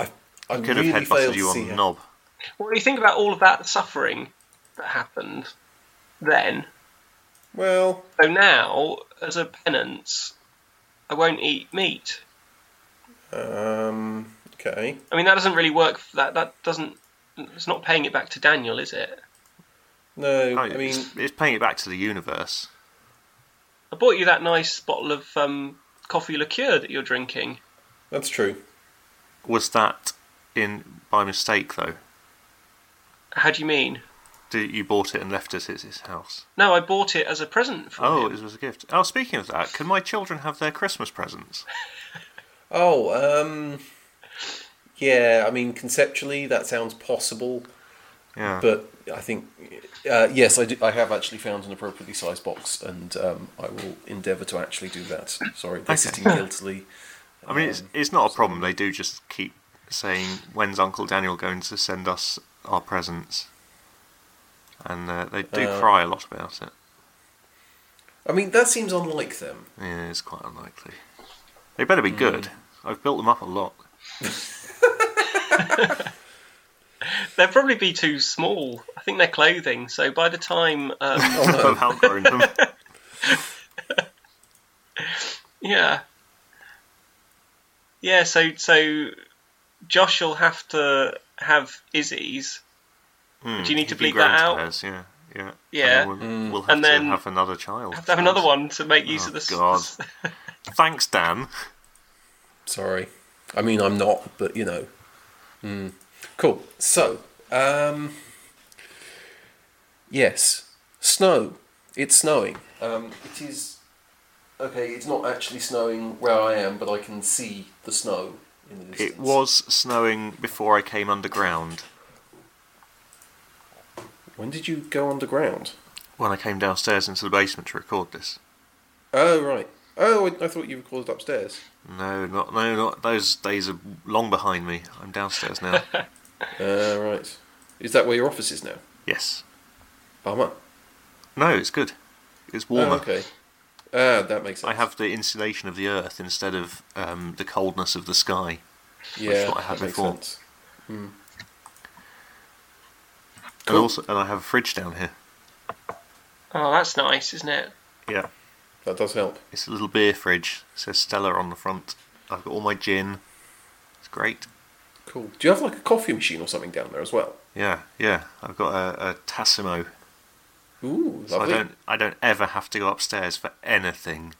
Speaker 4: I
Speaker 1: could
Speaker 4: really
Speaker 1: have headbutted
Speaker 4: failed to
Speaker 1: you
Speaker 4: see
Speaker 1: on the
Speaker 4: how-
Speaker 1: knob.
Speaker 5: What do you think about all of that suffering that happened then?
Speaker 4: Well,
Speaker 5: So now, as a penance, I won't eat meat.
Speaker 4: um, okay.
Speaker 5: I mean, that doesn't really work. For that that doesn't. It's not paying it back to Daniel, is it?
Speaker 4: No,
Speaker 1: Oh,
Speaker 4: I mean,
Speaker 1: it's, it's paying it back to the universe.
Speaker 5: I bought you that nice bottle of um, coffee liqueur that you're drinking.
Speaker 4: that's true.
Speaker 1: Was that in by mistake though?
Speaker 5: How do you mean?
Speaker 1: Did you bought it and left it at his house?
Speaker 5: No, I bought it as a present for
Speaker 1: Oh,
Speaker 5: him.
Speaker 1: it was a gift. Oh, speaking of that, can my children have their Christmas presents?
Speaker 4: Oh, um, yeah, I mean, conceptually, that sounds possible,
Speaker 1: Yeah.
Speaker 4: but I think, uh, yes, I, do, I have actually found an appropriately sized box, and um, I will endeavour to actually do that. Sorry, they're
Speaker 1: Okay.
Speaker 4: sitting guiltily. Um,
Speaker 1: I mean, it's, it's not a problem. They do just keep saying, "When's Uncle Daniel going to send us our presents?" And uh, they do
Speaker 4: Uh,
Speaker 1: cry a lot about it.
Speaker 4: I mean, that seems unlike them.
Speaker 1: Yeah, it's quite unlikely. They better be good.
Speaker 5: Hmm.
Speaker 1: I've built them up a lot.
Speaker 5: They'd probably be too small. I think they're clothing. So by the time, um,
Speaker 1: I've outgrown them.
Speaker 5: yeah, yeah. So so Josh will have to have Izzy's,
Speaker 1: Hmm,
Speaker 5: Do you need to
Speaker 1: he'd been
Speaker 5: bleep
Speaker 1: grown
Speaker 5: that
Speaker 1: to
Speaker 5: out?
Speaker 1: theirs, Yeah, yeah.
Speaker 5: Yeah. Hmm.
Speaker 1: And then we'll, we'll have
Speaker 5: And
Speaker 1: to
Speaker 5: then-
Speaker 1: have another child.
Speaker 5: have to have another one to make use
Speaker 1: Oh,
Speaker 5: of the. s-
Speaker 1: God. Thanks, Dan.
Speaker 4: Sorry. I mean, I'm not, but you know. Mm. Cool. So, um, yes, snow. It's snowing. Um, it is. Okay, it's not actually snowing where I am, but I can see the snow in the distance.
Speaker 1: It was snowing before I came underground.
Speaker 4: When did you go underground?
Speaker 1: When I came downstairs into the basement to record this.
Speaker 4: Oh, right. Oh, I, I thought you recorded upstairs.
Speaker 1: No, not no, not those days are long behind me. I'm downstairs now.
Speaker 4: Uh, right. Is that where your office is now?
Speaker 1: yes.
Speaker 4: Bummer.
Speaker 1: No, it's good. It's warmer.
Speaker 4: Oh, okay. Ah, that makes sense.
Speaker 1: I have the insulation of the earth instead of um, the coldness of the sky.
Speaker 4: yeah,
Speaker 1: which is what I had
Speaker 4: that makes
Speaker 1: before.
Speaker 4: sense.
Speaker 1: And also, and I have a fridge down here.
Speaker 5: Oh, that's nice, isn't it?
Speaker 1: Yeah,
Speaker 4: That does help.
Speaker 1: it's a little beer fridge. It says Stella on the front. I've got all my gin. It's great.
Speaker 4: Cool. Do you have like a coffee machine or something down there as well?
Speaker 1: Yeah, yeah. I've got a, a Tassimo,
Speaker 4: Ooh,
Speaker 1: so I
Speaker 4: lovely.
Speaker 1: don't I don't ever have to go upstairs for anything.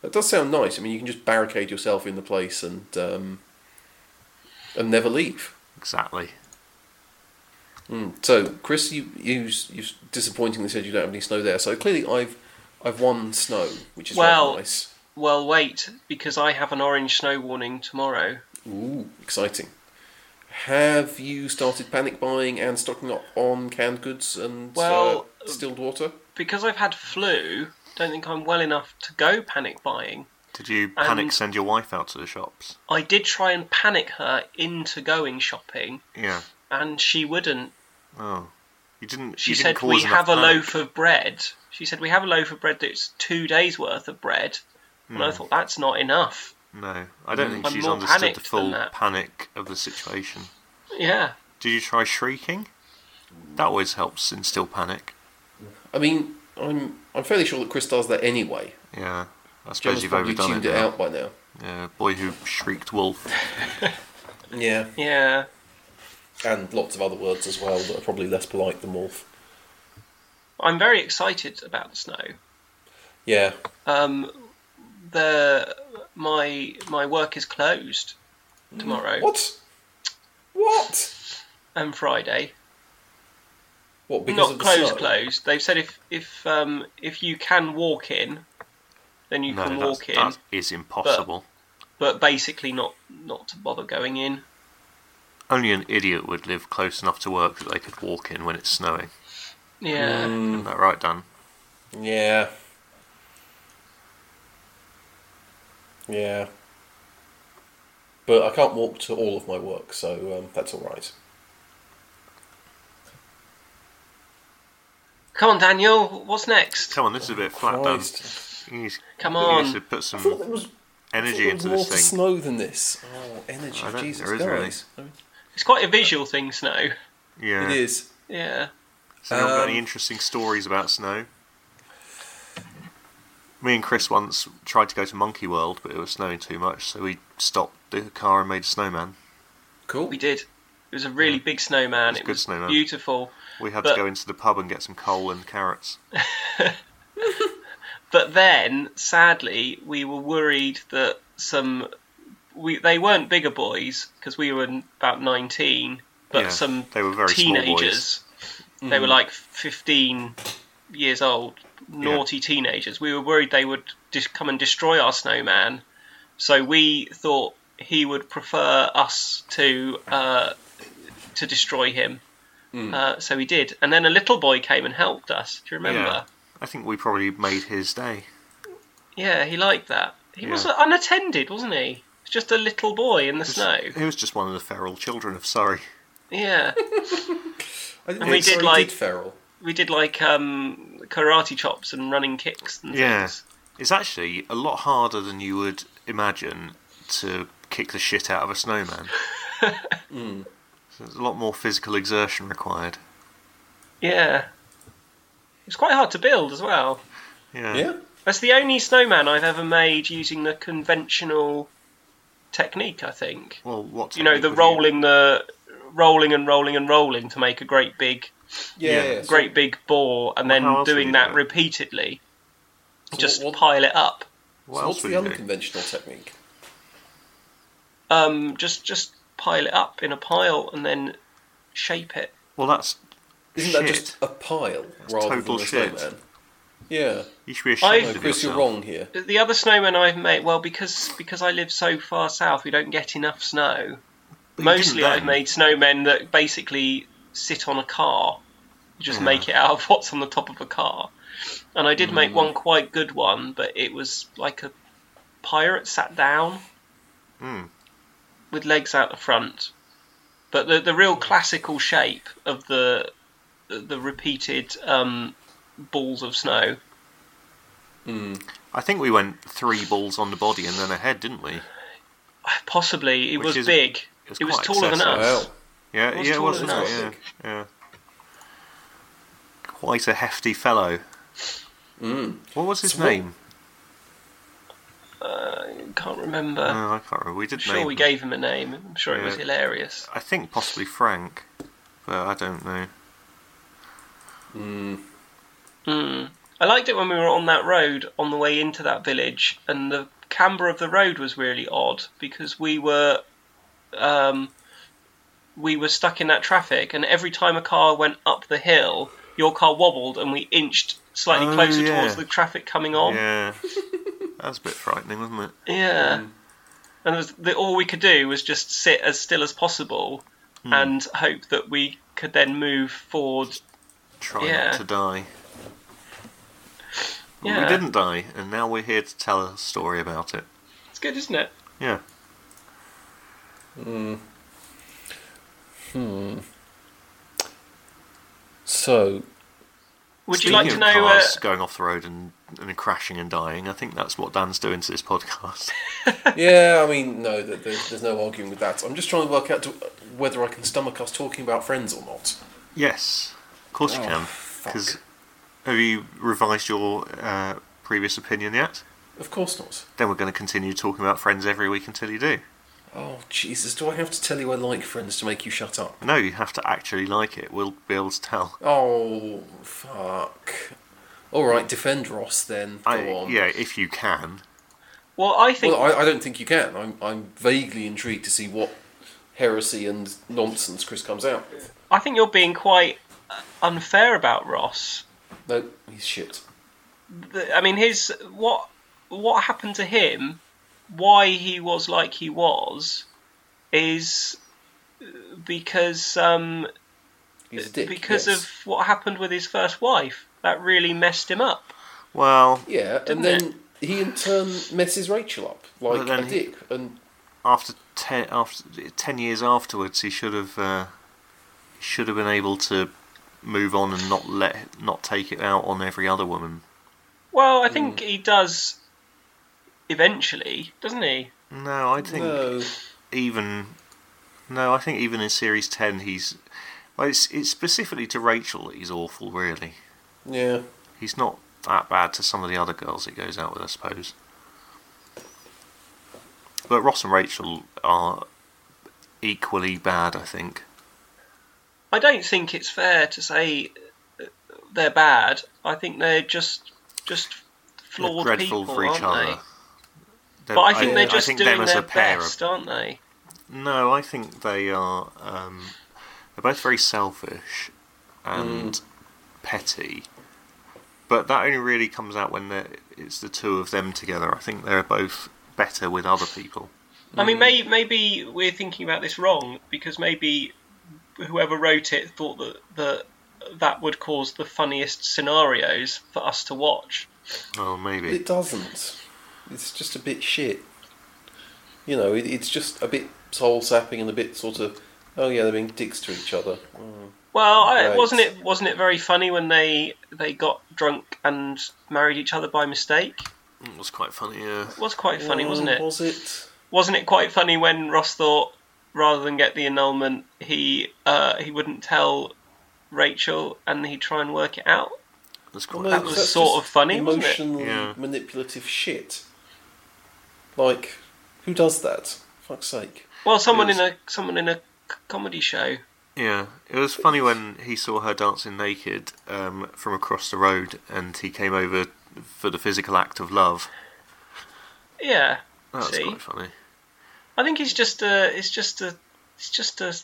Speaker 4: That does sound nice. I mean, you can just barricade yourself in the place and um, and never leave.
Speaker 1: Exactly.
Speaker 4: Mm. So, Chris, you you you disappointingly said you don't have any snow there. So clearly, I've I've won snow, which is rather
Speaker 5: Well-
Speaker 4: nice.
Speaker 5: Well, wait, because I have an orange snow warning tomorrow.
Speaker 4: Ooh, exciting. Have you started panic buying and stocking up on canned goods and
Speaker 5: Well,
Speaker 4: uh, distilled water?
Speaker 5: Because I've had flu, don't think I'm well enough to go panic buying.
Speaker 1: Did you panic
Speaker 5: And-
Speaker 1: send your wife out to the shops?
Speaker 5: I did try and panic her into going shopping,
Speaker 1: Yeah.
Speaker 5: and she wouldn't.
Speaker 1: Oh, you didn't.
Speaker 5: She
Speaker 1: you didn't
Speaker 5: said,
Speaker 1: cause
Speaker 5: We
Speaker 1: enough
Speaker 5: have a
Speaker 1: panic.
Speaker 5: loaf of bread. She said, We have a loaf of bread that's two days' worth of bread. And I
Speaker 1: Hmm.
Speaker 5: thought, That's not enough.
Speaker 1: No, I don't think
Speaker 5: I'm
Speaker 1: she's
Speaker 5: more
Speaker 1: understood
Speaker 5: panicked
Speaker 1: the
Speaker 5: than
Speaker 1: full
Speaker 5: that.
Speaker 1: panic of the situation.
Speaker 5: Yeah.
Speaker 1: Did you try shrieking? That always helps instill panic.
Speaker 4: I mean, I'm I'm fairly sure that Chris does that anyway.
Speaker 1: Yeah, I suppose
Speaker 4: Gemma's
Speaker 1: you've
Speaker 4: probably
Speaker 1: overdone
Speaker 4: tuned
Speaker 1: it.
Speaker 4: it
Speaker 1: now.
Speaker 4: out by now.
Speaker 1: Yeah, boy who shrieked wolf.
Speaker 4: Yeah,
Speaker 5: Yeah.
Speaker 4: and lots of other words as well that are probably less polite than wolf.
Speaker 5: I'm very excited about the snow.
Speaker 4: Yeah,
Speaker 5: Um, the my my work is closed
Speaker 1: Hmm.
Speaker 5: tomorrow
Speaker 4: What? What?
Speaker 5: and Friday.
Speaker 4: What?
Speaker 5: Not closed, closed. They've said if if um, if you can walk in, then you
Speaker 1: No,
Speaker 5: can
Speaker 1: that's,
Speaker 5: walk in.
Speaker 1: that is impossible.
Speaker 5: But basically, not not to bother going in.
Speaker 1: Only an idiot would live close enough to work that they could walk in when it's snowing.
Speaker 5: Yeah.
Speaker 1: Isn't that right, Dan?
Speaker 4: Mm, Yeah. Yeah. But I can't walk to all of my work, so um, that's all right.
Speaker 5: Come on, Daniel. What's next?
Speaker 1: Come on, this is a bit flat, Dan.
Speaker 4: Christ.
Speaker 1: You need,
Speaker 5: Come
Speaker 1: you need to
Speaker 5: on.
Speaker 1: put some
Speaker 4: I thought there was, I thought
Speaker 1: energy
Speaker 4: there was
Speaker 1: into
Speaker 4: more
Speaker 1: this
Speaker 4: to
Speaker 1: thing.
Speaker 4: snow than this. Oh, energy!
Speaker 1: I don't think
Speaker 4: Jesus,
Speaker 1: there is really.
Speaker 4: guys. I mean,
Speaker 5: It's quite a visual thing, snow.
Speaker 1: yeah.
Speaker 4: It is.
Speaker 5: Yeah.
Speaker 1: So you got any
Speaker 4: Um,
Speaker 1: interesting stories about snow? Me and Chris once tried to go to Monkey World, but it was snowing too much, so we stopped the car and made a snowman.
Speaker 4: Cool.
Speaker 5: We did. It was a really big snowman.
Speaker 1: It's
Speaker 5: It
Speaker 1: a good
Speaker 5: was
Speaker 1: snowman.
Speaker 5: beautiful.
Speaker 1: We had
Speaker 5: But-
Speaker 1: to go into the pub and get some coal and carrots.
Speaker 5: But then, sadly, we were worried that some we they weren't bigger boys because we were about nineteen, but
Speaker 1: Yeah,
Speaker 5: some
Speaker 1: they were very small boys.
Speaker 5: teenagers. They were like fifteen years old, naughty teenagers. We were worried they would just come and destroy our snowman, so we thought he would prefer us to uh, to destroy him. Uh, so he did, and then a little boy came and helped us. Do you remember?
Speaker 1: Yeah, I think we probably made his day.
Speaker 5: Yeah, he liked that. He was
Speaker 1: Yeah.
Speaker 5: unattended, wasn't he? He's just a little boy in the snow.
Speaker 1: He was just one of the feral children of Surrey.
Speaker 5: Yeah,
Speaker 4: I didn't
Speaker 5: And we did,
Speaker 4: think Surrey
Speaker 5: like-
Speaker 4: feral.
Speaker 5: we did like um, karate chops and running kicks. And
Speaker 1: Yeah.
Speaker 5: things.
Speaker 1: It's actually a lot harder than you would imagine to kick the shit out of a snowman.
Speaker 4: Hmm.
Speaker 1: So there's a lot more physical exertion required.
Speaker 5: yeah. It's quite hard to build as well.
Speaker 4: Yeah.
Speaker 5: That's the only snowman I've ever made using the conventional technique. I think
Speaker 1: Well, what
Speaker 5: you know
Speaker 1: technique
Speaker 5: the
Speaker 1: would
Speaker 5: rolling the rolling and rolling and rolling to make a great big
Speaker 1: Yeah.
Speaker 4: yeah. So-
Speaker 5: great big ball and
Speaker 1: how
Speaker 5: then
Speaker 1: else would
Speaker 5: doing
Speaker 1: you
Speaker 5: that
Speaker 1: do it?
Speaker 5: repeatedly
Speaker 4: so
Speaker 5: just
Speaker 4: what-
Speaker 5: pile it up
Speaker 1: What
Speaker 4: so
Speaker 1: else
Speaker 4: what's
Speaker 1: would
Speaker 4: the
Speaker 1: you do?
Speaker 4: unconventional technique?
Speaker 5: um, just just pile it up in a pile and then shape it.
Speaker 1: Well, that's
Speaker 4: Isn't that
Speaker 1: Shit.
Speaker 4: just a pile rather
Speaker 1: total
Speaker 4: than a
Speaker 1: shit.
Speaker 4: snowman? Yeah.
Speaker 1: you should be
Speaker 5: I've-
Speaker 1: ashamed
Speaker 4: No,
Speaker 1: of
Speaker 4: Chris, you're
Speaker 1: yourself.
Speaker 4: wrong here.
Speaker 5: The other snowmen I've made, well, because because I live so far south, we don't get enough snow.
Speaker 1: But you
Speaker 5: Mostly,
Speaker 1: didn't
Speaker 5: I've
Speaker 1: then.
Speaker 5: made snowmen that basically sit on a car. You
Speaker 1: Mm.
Speaker 5: just make it out of what's on the top of a car. And I did make one quite good one, but it was like a pirate sat down
Speaker 1: Mm.
Speaker 5: with legs out the front.
Speaker 1: Mm.
Speaker 5: But the the real classical shape of the the repeated um, balls of snow.
Speaker 4: Hmm.
Speaker 1: I think we went three balls on the body and then a head, didn't we?
Speaker 5: Possibly, it
Speaker 1: Which
Speaker 5: was
Speaker 1: is-
Speaker 5: big.
Speaker 1: it was
Speaker 5: It was
Speaker 1: quite
Speaker 5: taller than
Speaker 1: excessive.
Speaker 5: us.
Speaker 4: Wow.
Speaker 1: Yeah,
Speaker 5: was
Speaker 1: yeah, it
Speaker 5: taller
Speaker 1: was,
Speaker 5: than
Speaker 1: wasn't
Speaker 4: us.
Speaker 1: it? Yeah, yeah. Quite a hefty fellow.
Speaker 4: Mm.
Speaker 1: What was his
Speaker 4: Small.
Speaker 1: name?
Speaker 5: Can't remember.
Speaker 1: No, Oh, I can't remember. We did
Speaker 5: I'm Uh, sure
Speaker 1: name
Speaker 5: we
Speaker 1: him.
Speaker 5: gave him a name. I'm sure it was
Speaker 1: Mm, Yeah.
Speaker 5: hilarious.
Speaker 1: I think possibly Frank, but I don't know.
Speaker 4: Mm.
Speaker 5: Mm. I liked it when we were on that road on the way into that village, and the camber of the road was really odd because we were, um, we were stuck in that traffic, and every time a car went up the hill, your car wobbled, and we inched slightly
Speaker 1: Oh,
Speaker 5: closer
Speaker 1: yeah.
Speaker 5: towards the traffic coming on. Yeah,
Speaker 1: Yeah, that was a bit frightening, wasn't it?
Speaker 5: and it was, the, all we could do was just sit as still as possible
Speaker 1: Hmm.
Speaker 5: and hope that we could then move forward.
Speaker 1: Try
Speaker 5: Yeah.
Speaker 1: not to die. Well,
Speaker 5: Yeah.
Speaker 1: We didn't die, and now we're here to tell a story about it.
Speaker 5: It's good, isn't it?
Speaker 1: Yeah.
Speaker 4: So,
Speaker 5: Would
Speaker 1: Speaking
Speaker 5: you like to
Speaker 1: of
Speaker 5: know? Uh,
Speaker 1: cars going off the road and, and crashing and dying? I think that's what Dan's doing to this podcast.
Speaker 4: yeah, I mean, no, th- there's, there's no arguing with that. I'm just trying to work out to, whether I can stomach us talking about friends or not.
Speaker 1: Yes, of course you
Speaker 4: Oh,
Speaker 1: can.
Speaker 4: fuck.
Speaker 1: Because have you revised your uh, previous opinion yet?
Speaker 4: Of course not.
Speaker 1: Then we're going to continue talking about friends every week until you do.
Speaker 4: Oh, Jesus, do I have to tell you I like friends to make you shut up?
Speaker 1: No, you have to actually like it. We'll be able to tell.
Speaker 4: Oh, fuck. Alright, defend Ross then. Go
Speaker 1: I,
Speaker 4: on.
Speaker 1: yeah, if you can.
Speaker 5: well, I think
Speaker 4: Well, I, I don't think you can. I'm, I'm vaguely intrigued to see what heresy and nonsense Chris comes out with.
Speaker 5: I think you're being quite uh, unfair about Ross.
Speaker 4: No, he's shit.
Speaker 5: The- I mean, his what what happened to him, why he was like he was, is uh, because um,
Speaker 4: He's a dick.
Speaker 5: because
Speaker 4: yes.
Speaker 5: of what happened with his first wife. That really messed him up.
Speaker 1: Well,
Speaker 4: Yeah,
Speaker 5: Didn't
Speaker 4: and then he in turn messes Rachel up like
Speaker 1: But then
Speaker 4: a
Speaker 1: he-
Speaker 4: dick. And
Speaker 1: after ten after ten years afterwards, he should have uh, should have been able to move on and not let not take it out on every other woman.
Speaker 5: Well, I think he does eventually, doesn't he?
Speaker 1: No, I think
Speaker 4: no,
Speaker 1: even no, I think even in series ten, he's well, it's it's specifically to Rachel that he's awful. Really,
Speaker 4: yeah,
Speaker 1: he's not that bad to some of the other girls he goes out with, I suppose. But Ross and Rachel are equally bad, I think.
Speaker 5: I don't think it's fair to say uh, they're bad. I think they're just just
Speaker 1: They're
Speaker 5: flawed
Speaker 1: dreadful
Speaker 5: people,
Speaker 1: for each
Speaker 5: aren't
Speaker 1: other.
Speaker 5: they?
Speaker 1: They're-
Speaker 5: But I think they're
Speaker 1: I
Speaker 5: just
Speaker 1: think
Speaker 5: doing
Speaker 1: them as
Speaker 5: their
Speaker 1: a pair are
Speaker 5: best, aren't they?
Speaker 1: No, I think they are. Um, they're both very selfish and
Speaker 5: Mm.
Speaker 1: petty, but that only really comes out when they're- it's the two of them together. I think they're both better with other people.
Speaker 5: I
Speaker 1: Hmm.
Speaker 5: mean, may, maybe we're thinking about this wrong because maybe whoever wrote it thought that that that would cause the funniest scenarios for us to watch.
Speaker 1: Oh, maybe.
Speaker 4: it doesn't. It's just a bit shit. You know, it, it's just a bit soul sapping and a bit sort of. Oh yeah, they're being dicks to each other. Mm.
Speaker 5: Well, I,
Speaker 4: Right.
Speaker 5: wasn't it wasn't it very funny when they they got drunk and married each other by mistake?
Speaker 1: It was quite funny. Yeah.
Speaker 5: It was quite funny, wasn't
Speaker 4: Oh,
Speaker 5: it?
Speaker 4: Was it?
Speaker 5: wasn't it quite funny when Ross thought rather than get the annulment, he uh, he wouldn't tell Rachel and he'd try and work it out.
Speaker 1: It was quite.
Speaker 4: Well, no,
Speaker 5: That was
Speaker 4: that's
Speaker 5: sort
Speaker 4: just
Speaker 5: of funny, wasn't it?
Speaker 4: Emotionally
Speaker 1: Yeah.
Speaker 4: manipulative shit. Like, who does that? Fuck's sake.
Speaker 5: Well, someone
Speaker 1: Yes.
Speaker 5: in a someone in a c- comedy show.
Speaker 1: Yeah, it was funny when he saw her dancing naked um, from across the road, and he came over for the physical act of love.
Speaker 5: Yeah,
Speaker 1: That was
Speaker 5: See?
Speaker 1: quite funny.
Speaker 5: I think he's just a it's just a it's just a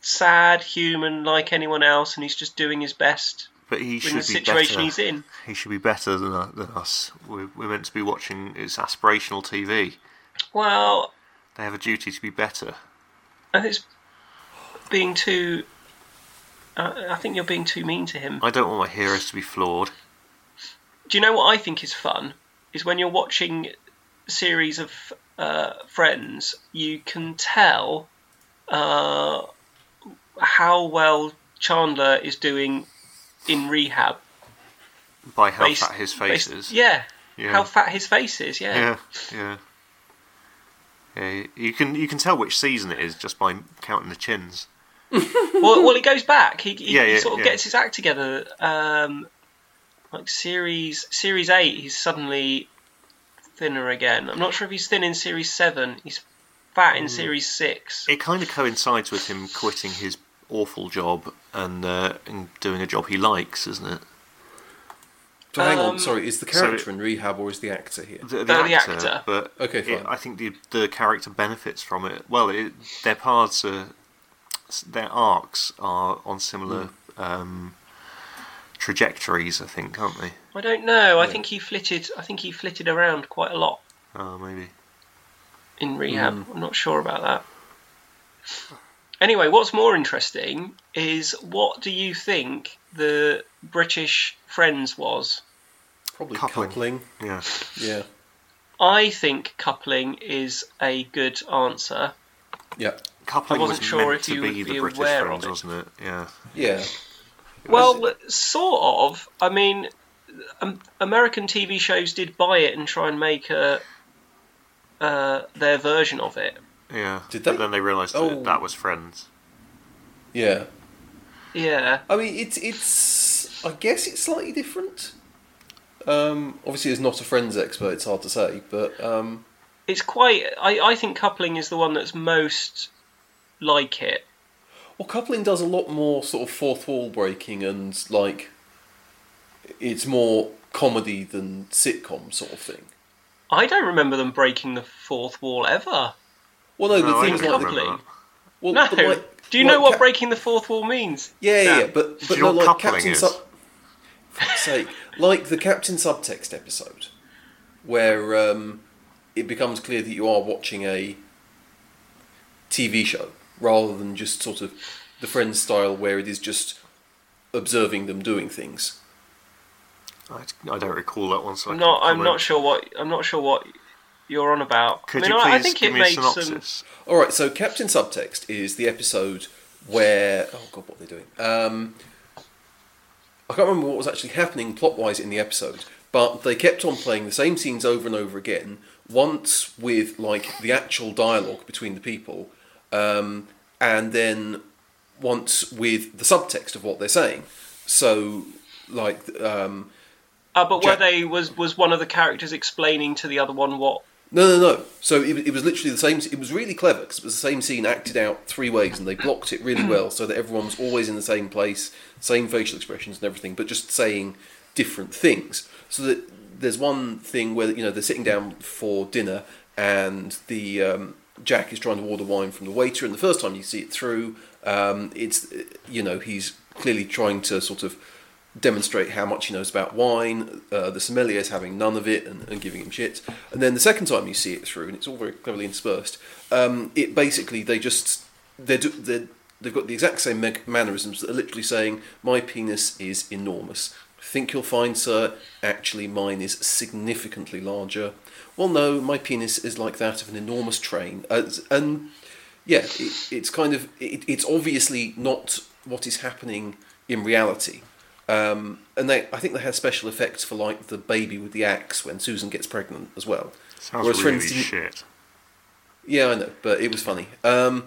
Speaker 5: sad human like anyone else, and he's just doing his best
Speaker 1: But he should
Speaker 5: in the
Speaker 1: be
Speaker 5: situation
Speaker 1: better.
Speaker 5: he's in.
Speaker 1: He should be better than, u- than us. We're, we're meant to be watching. It's aspirational TV.
Speaker 5: Well,
Speaker 1: They have a duty to be better.
Speaker 5: I think it's being too. I I think you're being too mean to him.
Speaker 1: I don't want my heroes to be flawed.
Speaker 5: do you know what I think is fun? Is when you're watching series of uh, friends, you can tell uh, how well Chandler is doing in rehab
Speaker 1: by how
Speaker 5: based-
Speaker 1: fat his face
Speaker 5: based-
Speaker 1: is.
Speaker 5: Yeah,
Speaker 1: yeah.
Speaker 5: how fat his face is. Yeah.
Speaker 1: yeah, yeah. Yeah, you can you can tell which season it is just by counting the chins.
Speaker 5: Well, well, he goes back. He, he,
Speaker 1: Yeah,
Speaker 5: he
Speaker 1: yeah,
Speaker 5: sort of
Speaker 1: yeah.
Speaker 5: gets his act together. Um, like series series eight, he's suddenly thinner again. I'm not sure if he's thin in series seven. He's fat
Speaker 1: Mm.
Speaker 5: in series six.
Speaker 1: It kind of coincides with him quitting his awful job and uh, and doing a job he likes, isn't it?
Speaker 4: So hang
Speaker 5: Um,
Speaker 4: on, sorry, is the
Speaker 1: so-
Speaker 4: character in rehab or is the actor here?
Speaker 1: The,
Speaker 5: Uh, the actor.
Speaker 1: but
Speaker 4: Okay,
Speaker 1: it-
Speaker 4: fine.
Speaker 1: I think the the character benefits from it. Well, it, their paths are their arcs are on similar
Speaker 4: Hmm.
Speaker 1: um, trajectories, I think, aren't they?
Speaker 5: I don't know. I
Speaker 4: Yeah.
Speaker 5: think he flitted. I think he flitted around quite a lot
Speaker 1: Oh, maybe.
Speaker 5: in rehab. I'm not sure about that. Anyway, what's more interesting is what do you think the British Friends was?
Speaker 4: Probably
Speaker 1: Coupling.
Speaker 4: coupling.
Speaker 1: Yeah.
Speaker 4: Yeah.
Speaker 5: I think coupling is a good answer.
Speaker 4: Yeah.
Speaker 1: Coupling
Speaker 5: I wasn't
Speaker 1: was
Speaker 5: sure
Speaker 1: meant
Speaker 5: if
Speaker 1: to
Speaker 5: you
Speaker 1: be
Speaker 5: would
Speaker 1: the
Speaker 5: be
Speaker 1: British
Speaker 5: aware of
Speaker 1: Friends,
Speaker 5: it.
Speaker 1: wasn't it? Yeah.
Speaker 4: Yeah.
Speaker 5: Well, sort of. I mean, um, American TV shows did buy it and try and make a, uh, their version of it.
Speaker 1: Yeah.
Speaker 4: Did
Speaker 1: But
Speaker 4: they?
Speaker 1: then they realised
Speaker 4: Oh.
Speaker 1: that that was Friends.
Speaker 4: Yeah.
Speaker 5: Yeah.
Speaker 4: I mean, it's it's. I guess it's slightly different. Um, obviously, as not a friends expert, it's hard to say, but um,
Speaker 5: It's quite. I, I think coupling is the one that's most like it.
Speaker 4: well, coupling does a lot more sort of fourth wall breaking and like, it's more comedy than sitcom sort of thing.
Speaker 5: I don't remember them breaking the fourth wall ever.
Speaker 4: Well, no,
Speaker 1: No,
Speaker 4: the
Speaker 1: I
Speaker 4: things
Speaker 1: don't
Speaker 4: like
Speaker 1: remember
Speaker 5: Coupling.
Speaker 1: that.
Speaker 4: well,
Speaker 5: No.
Speaker 4: but like-
Speaker 5: Do you
Speaker 4: like
Speaker 5: know what
Speaker 4: Cap-
Speaker 5: breaking the fourth wall means?
Speaker 4: Yeah, yeah, yeah,
Speaker 5: Dan?
Speaker 4: but but
Speaker 1: you
Speaker 4: no,
Speaker 1: know what
Speaker 4: like
Speaker 1: coupling
Speaker 4: Captain
Speaker 1: is?
Speaker 4: Sub. Fuck's sake, like the Captain Subtext episode, where um, it becomes clear that you are watching a TV show rather than just sort of the Friends style, where it is just observing them doing things.
Speaker 1: I, I don't recall that one. So I
Speaker 5: I'm not.
Speaker 1: can't
Speaker 5: I'm not
Speaker 1: comment.
Speaker 5: sure what. I'm not sure what you're on about.
Speaker 1: Could
Speaker 5: I mean,
Speaker 1: you please
Speaker 5: I, I think
Speaker 1: give
Speaker 5: it
Speaker 1: me a
Speaker 5: made some.
Speaker 1: synopsis?
Speaker 4: All right, so Captain Subtext is the episode where oh god, what are they doing? Um, I can't remember what was actually happening plot-wise in the episode, but they kept on playing the same scenes over and over again. Once with like the actual dialogue between the people, um, and then once with the subtext of what they're saying. So, like, um,
Speaker 5: Uh, but were
Speaker 4: Jack-
Speaker 5: they was was one of the characters explaining to the other one what?
Speaker 4: No, no, no. So it, it was literally the same. It was really clever because it was the same scene acted out three ways, and they blocked it really well so that everyone was always in the same place, same facial expressions and everything, but just saying different things. So that there's one thing where you know they're sitting down for dinner, and the um, Jack is trying to order wine from the waiter, and the first time you see it through, um, it's uh, you know he's clearly trying to sort of demonstrate how much he knows about wine. Uh, the sommelier is having none of it and, and giving him shit. And then the second time you see it through, and it's all very cleverly interspersed. Um, it basically they just they do they they've got the exact same me- mannerisms. They're literally saying, "My penis is enormous." Think you'll find, sir. Actually, mine is significantly larger. Well, no, my penis is like that of an enormous train. Uh, and yeah, it, it's kind of it, it's obviously not what is happening in reality. Um, and they, I think they had special effects for like the baby with the axe when Susan gets pregnant as well.
Speaker 1: Sounds
Speaker 4: Whereas
Speaker 1: really
Speaker 4: Friends didn't-
Speaker 1: shit.
Speaker 4: yeah, I know, but it was funny. Um,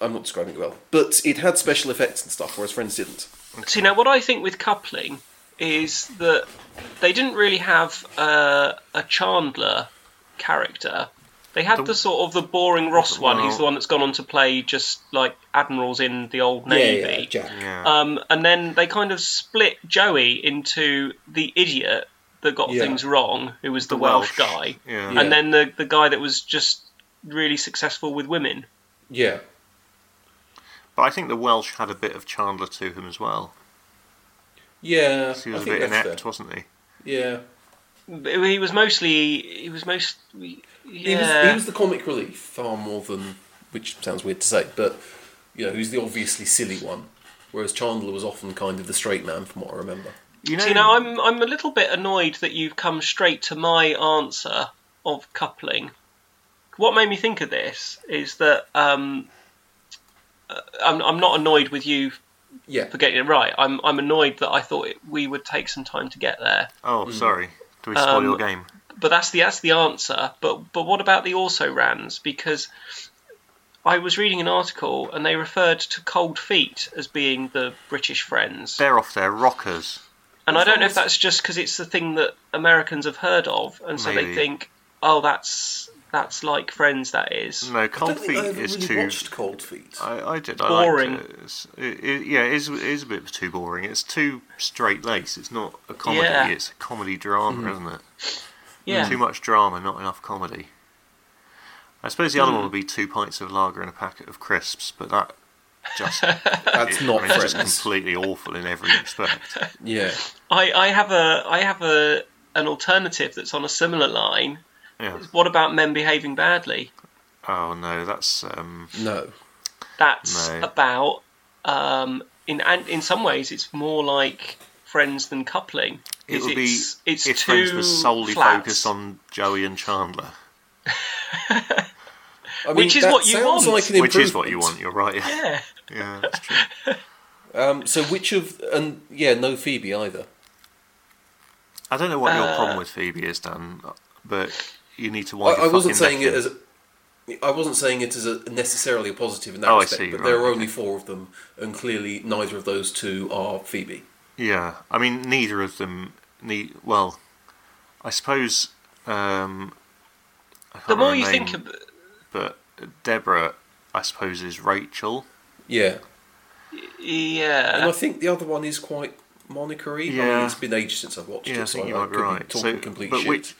Speaker 4: I'm not describing it well, but it had special effects and stuff, whereas Friends didn't.
Speaker 5: See now, what I think with coupling is that they didn't really have uh, a Chandler character. They had the,
Speaker 1: The-
Speaker 5: sort of the boring Ross one, who's
Speaker 1: well-
Speaker 5: the one that's gone on to play just like admirals in the old navy.
Speaker 4: Jack.
Speaker 1: Yeah.
Speaker 5: Um, and then they kind of split Joey into the idiot that got
Speaker 4: Yeah.
Speaker 5: things wrong, who was the,
Speaker 1: The
Speaker 5: Welsh,
Speaker 1: Welsh,
Speaker 5: guy,
Speaker 1: yeah.
Speaker 4: Yeah.
Speaker 5: and then the the guy that was just really successful with women.
Speaker 4: Yeah,
Speaker 1: but I think the Welsh had a bit of Chandler to him as well.
Speaker 4: yeah.
Speaker 1: He was a bit inept, wasn't he?
Speaker 4: Yeah,
Speaker 5: But He was mostly he was most yeah.
Speaker 4: He, was, he was the comic relief far more than, which sounds weird to say, but you know, he's the obviously silly one. Whereas Chandler was often kind of the straight man, from what I remember.
Speaker 1: You know,
Speaker 5: See, now I'm I'm a little bit annoyed that you've come straight to my answer of coupling. What made me think of this is that um, uh, I'm I'm not annoyed with you
Speaker 4: Yeah.
Speaker 5: for getting it right. I'm I'm annoyed that I thought it, we would take some time to get there.
Speaker 1: Oh,
Speaker 4: Hmm.
Speaker 1: sorry. Do we spoil
Speaker 5: Um,
Speaker 1: your game?
Speaker 5: but that's the that's the answer. But but what about the also rans? Because I was reading an article and they referred to cold feet as being the British friends,
Speaker 1: They're off their rockers.
Speaker 5: and I don't know if that's just because it's the thing that Americans have heard of, and so
Speaker 1: Maybe.
Speaker 5: they think, oh, that's that's like friends. That is.
Speaker 1: No,
Speaker 4: I don't
Speaker 1: Cold
Speaker 4: think
Speaker 1: Feet
Speaker 4: I ever
Speaker 1: is
Speaker 4: really
Speaker 1: too.
Speaker 4: watched Cold Feet.
Speaker 1: I, I did. I
Speaker 5: Boring.
Speaker 1: Liked it. It's- it- it- yeah, it is, it is a bit too boring. It's too straight laced. It's not a comedy.
Speaker 5: Yeah.
Speaker 1: It's a comedy
Speaker 4: Hmm.
Speaker 1: drama, isn't it?
Speaker 5: Yeah.
Speaker 1: Too much drama, not enough comedy. I suppose the other
Speaker 4: Hmm.
Speaker 1: one would be two pints of lager and a packet of crisps, but that just
Speaker 4: That's
Speaker 1: it-
Speaker 4: not
Speaker 1: I mean, it's
Speaker 4: friends.
Speaker 1: just completely awful in every respect.
Speaker 4: Yeah.
Speaker 5: I, I have a I have a an alternative that's on a similar line.
Speaker 1: Yeah.
Speaker 5: What about men behaving badly?
Speaker 1: Oh no, that's um,
Speaker 4: No.
Speaker 5: That's
Speaker 1: No.
Speaker 5: about um, in and in some ways it's more like friends than coupling.
Speaker 1: It
Speaker 5: Is
Speaker 1: would be
Speaker 5: it's, it's
Speaker 1: if
Speaker 5: too
Speaker 1: Friends was solely
Speaker 5: flat,
Speaker 1: focused on Joey and Chandler,
Speaker 4: I mean,
Speaker 5: Which is
Speaker 4: that
Speaker 5: what you want.
Speaker 4: sounds Like an
Speaker 1: which is what you want.
Speaker 4: improvement.
Speaker 1: You're right. Yeah,
Speaker 5: Yeah.
Speaker 1: that's true.
Speaker 4: Um, so which of and yeah, no Phoebe either.
Speaker 1: I don't know what your
Speaker 5: Uh,
Speaker 1: problem with Phoebe is, Dan, but you need to
Speaker 4: I,
Speaker 1: wind
Speaker 4: I
Speaker 1: your
Speaker 4: wasn't
Speaker 1: fucking
Speaker 4: saying
Speaker 1: neck
Speaker 4: it
Speaker 1: in.
Speaker 4: as I wasn't saying it as a necessarily a positive in that
Speaker 1: Oh, I
Speaker 4: respect,
Speaker 1: see,
Speaker 4: but
Speaker 1: right,
Speaker 4: there are
Speaker 1: okay.
Speaker 4: only four of them, and clearly neither of those two are Phoebe.
Speaker 1: Yeah, I mean, neither of them. Ne- well, I suppose. Um, I can't
Speaker 5: The more
Speaker 1: remember
Speaker 5: you
Speaker 1: her
Speaker 5: think
Speaker 1: name,
Speaker 5: of
Speaker 1: but Deborah, I suppose, is Rachel.
Speaker 4: Yeah, and I
Speaker 5: yeah,
Speaker 4: think the other one is quite monikery. I mean,
Speaker 1: Yeah.
Speaker 4: it's been ages since I've watched
Speaker 1: Yeah, I
Speaker 4: it, so
Speaker 1: think you
Speaker 4: I, I
Speaker 1: might be
Speaker 4: could be
Speaker 1: right.
Speaker 4: talking
Speaker 1: So,
Speaker 4: complete
Speaker 1: but
Speaker 4: shit.
Speaker 1: which-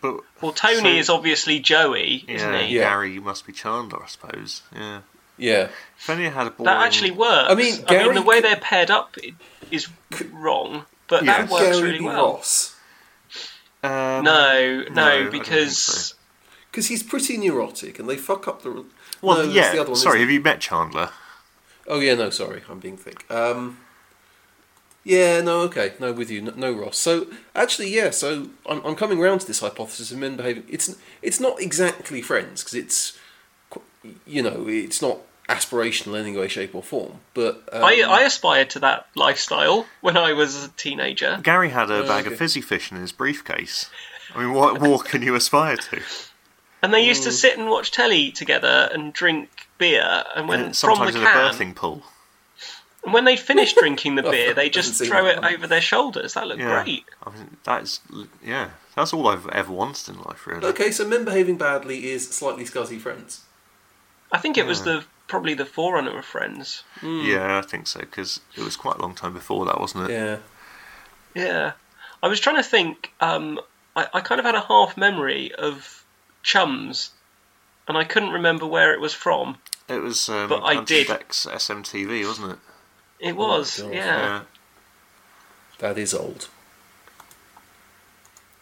Speaker 1: But
Speaker 5: well Tony
Speaker 1: so-
Speaker 5: is obviously Joey, isn't
Speaker 1: yeah,
Speaker 5: he?
Speaker 4: Yeah.
Speaker 1: Gary must be Chandler, I suppose. Yeah,
Speaker 4: Yeah,
Speaker 1: if only I had a boring.
Speaker 5: That actually works.
Speaker 4: I mean, Gary-
Speaker 5: the way they're paired up i- is wrong, but
Speaker 1: Yeah.
Speaker 5: that works
Speaker 4: Gary
Speaker 5: really
Speaker 4: B.
Speaker 5: well.
Speaker 4: Ross,
Speaker 1: Um,
Speaker 5: No, no,
Speaker 1: I don't think
Speaker 5: because
Speaker 1: so.
Speaker 4: because he's pretty neurotic, and they fuck up the. re-
Speaker 1: Well,
Speaker 4: no, that's
Speaker 1: yeah.
Speaker 4: the other one,
Speaker 1: sorry,
Speaker 4: isn't
Speaker 1: have you met Chandler?
Speaker 4: it? Oh yeah, no, sorry, I'm being thick. Um, yeah, no, okay, no, with you, no, no Ross. So actually, yeah, so I'm, I'm coming round to this hypothesis of men behaving. It's it's not exactly friends because it's, qu- you know, it's not aspirational in any way, shape, or form. But um,
Speaker 5: I, I aspired to that lifestyle when I was a teenager.
Speaker 1: Gary had a
Speaker 4: Oh,
Speaker 1: bag
Speaker 4: okay.
Speaker 1: of fizzy fish in his briefcase. I mean, what more can you aspire to?
Speaker 5: And they
Speaker 4: Mm.
Speaker 5: used to sit and watch telly together and drink beer. And when
Speaker 1: And
Speaker 5: from the
Speaker 1: sometimes in a
Speaker 5: can,
Speaker 1: birthing pool.
Speaker 5: and when they finished drinking the beer, they
Speaker 4: Doesn't
Speaker 5: just
Speaker 4: seem
Speaker 5: throw
Speaker 4: like
Speaker 5: it
Speaker 4: fun.
Speaker 5: over their shoulders. That looked
Speaker 1: Yeah.
Speaker 5: great.
Speaker 1: I mean, that's yeah. That's all I've ever wanted in life, really.
Speaker 4: okay, so men behaving badly is slightly scuzzy friends.
Speaker 5: I think it was the probably the forerunner of Friends.
Speaker 4: Hmm.
Speaker 1: Yeah, I think so because it was quite a long time before that, wasn't it?
Speaker 4: Yeah,
Speaker 5: Yeah, I was trying to think. Um, I, I kind of had a half memory of Chums, and I couldn't remember where it was from.
Speaker 1: It was um,
Speaker 5: But I
Speaker 1: Andrew
Speaker 5: did.
Speaker 1: Beck's SMTV, wasn't it?
Speaker 5: It was,
Speaker 4: Oh God.
Speaker 5: yeah.
Speaker 4: that is old.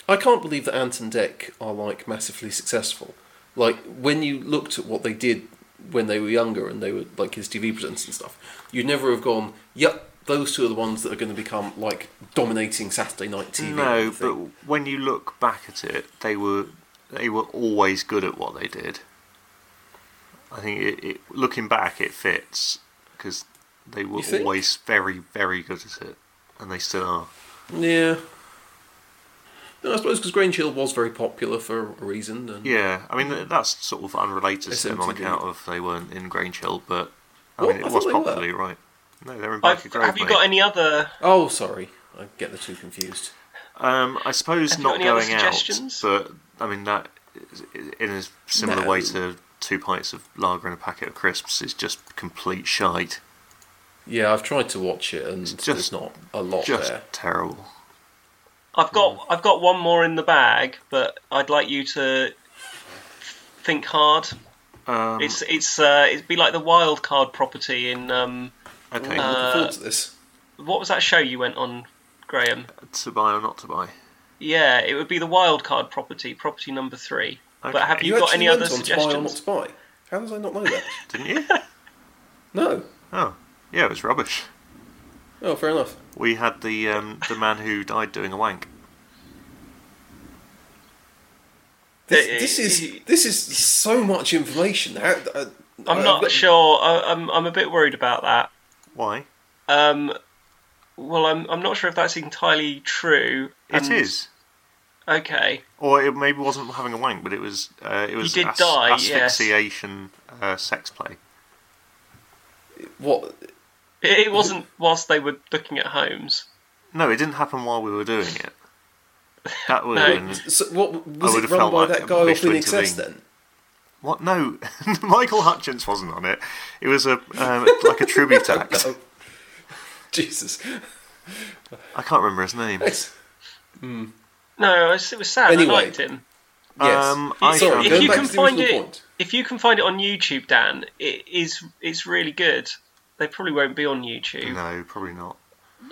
Speaker 4: I can't believe that Ant and Deck are like massively successful. Like when you looked at what they did when they were younger and they were like his TV presents and stuff, you'd never have gone, "Yep, those two are the ones that are going to become like dominating Saturday night TV."
Speaker 1: No,
Speaker 4: thing."
Speaker 1: but when you look back at it, they were they were always good at what they did. I think it, it, looking back, it fits because they were
Speaker 4: You think? Mm.
Speaker 1: always very, very good at it, and they still are.
Speaker 4: yeah. No, I suppose because Grange Hill was very popular for a reason, and
Speaker 1: Yeah, I mean th- that's sort of unrelated to them on
Speaker 4: SMTV.
Speaker 1: account of they weren't in Grange Hill, but I
Speaker 4: What?
Speaker 1: mean
Speaker 4: I
Speaker 1: it
Speaker 4: thought
Speaker 1: was
Speaker 4: they were.
Speaker 1: popularly right. No, they're in
Speaker 5: I've,
Speaker 1: Baker Grove.
Speaker 5: have you
Speaker 1: mate.
Speaker 5: got any other?
Speaker 4: oh, sorry, I get the two confused.
Speaker 1: Um, I suppose
Speaker 5: Have you
Speaker 1: not
Speaker 5: got any other
Speaker 1: going out,
Speaker 5: suggestions?
Speaker 1: but I mean that is- in a similar
Speaker 4: No.
Speaker 1: way to two pints of lager and a packet of crisps is just complete shite.
Speaker 4: Yeah, I've tried to watch it, and
Speaker 1: just-
Speaker 4: there's not a lot
Speaker 1: just
Speaker 4: there.
Speaker 1: terrible.
Speaker 5: I've
Speaker 4: Mm.
Speaker 5: got I've got one more in the bag, but I'd like you to think hard.
Speaker 1: Um,
Speaker 5: It's it's uh, it'd be like the wild card property in um,
Speaker 1: okay,
Speaker 4: I'm looking
Speaker 5: uh,
Speaker 4: forward to this.
Speaker 5: what was that show you went on, Graham?
Speaker 1: to buy or not to buy.
Speaker 5: Yeah, it would be the wild card property, property number three.
Speaker 1: Okay.
Speaker 5: But have you,
Speaker 4: You
Speaker 5: got
Speaker 4: actually
Speaker 5: any other
Speaker 4: went on Spy or not
Speaker 5: suggestions?
Speaker 4: Spy? How did I not know that?
Speaker 1: Didn't you?
Speaker 4: no.
Speaker 1: oh, yeah, it was rubbish.
Speaker 4: Oh, fair enough.
Speaker 1: We had the um, the man who died doing a wank.
Speaker 4: This,
Speaker 5: Uh,
Speaker 4: this
Speaker 5: uh,
Speaker 4: is this is so much information. How, uh,
Speaker 5: I'm
Speaker 4: uh,
Speaker 5: not
Speaker 4: but-
Speaker 5: sure. I, I'm I'm a bit worried about that.
Speaker 1: Why?
Speaker 5: Um, well, I'm I'm not sure if that's entirely true.
Speaker 1: It
Speaker 5: and-
Speaker 1: is.
Speaker 5: Okay.
Speaker 1: Or it maybe wasn't having a wank, but it was uh, it was
Speaker 5: did die, yes.
Speaker 1: asphyxiation uh, sex play.
Speaker 4: What?
Speaker 5: It, it wasn't whilst they were looking at homes.
Speaker 1: No, it didn't happen while we were doing it. That would
Speaker 5: No.
Speaker 1: have been
Speaker 4: So what was
Speaker 1: Um, I
Speaker 4: it
Speaker 1: would've
Speaker 4: run
Speaker 1: felt
Speaker 4: by
Speaker 1: like
Speaker 4: that
Speaker 1: a
Speaker 4: guy off
Speaker 1: wish
Speaker 4: in
Speaker 1: to
Speaker 4: excess
Speaker 1: intervene.
Speaker 4: then?
Speaker 1: what? No, Michael Hutchins wasn't on it. It was a um, like a tribute act.
Speaker 4: Oh. Jesus.
Speaker 1: I can't remember his name.
Speaker 4: Yes.
Speaker 5: No, it was, it was sad.
Speaker 4: Anyway.
Speaker 5: I liked him.
Speaker 1: Um, I
Speaker 4: Sorry,
Speaker 1: found
Speaker 5: if
Speaker 4: going
Speaker 5: you
Speaker 4: back
Speaker 5: can
Speaker 4: to the original
Speaker 5: find it,
Speaker 4: point.
Speaker 5: if you can find it on YouTube, Dan, it is it's really good. They probably won't be on YouTube.
Speaker 1: No, probably not.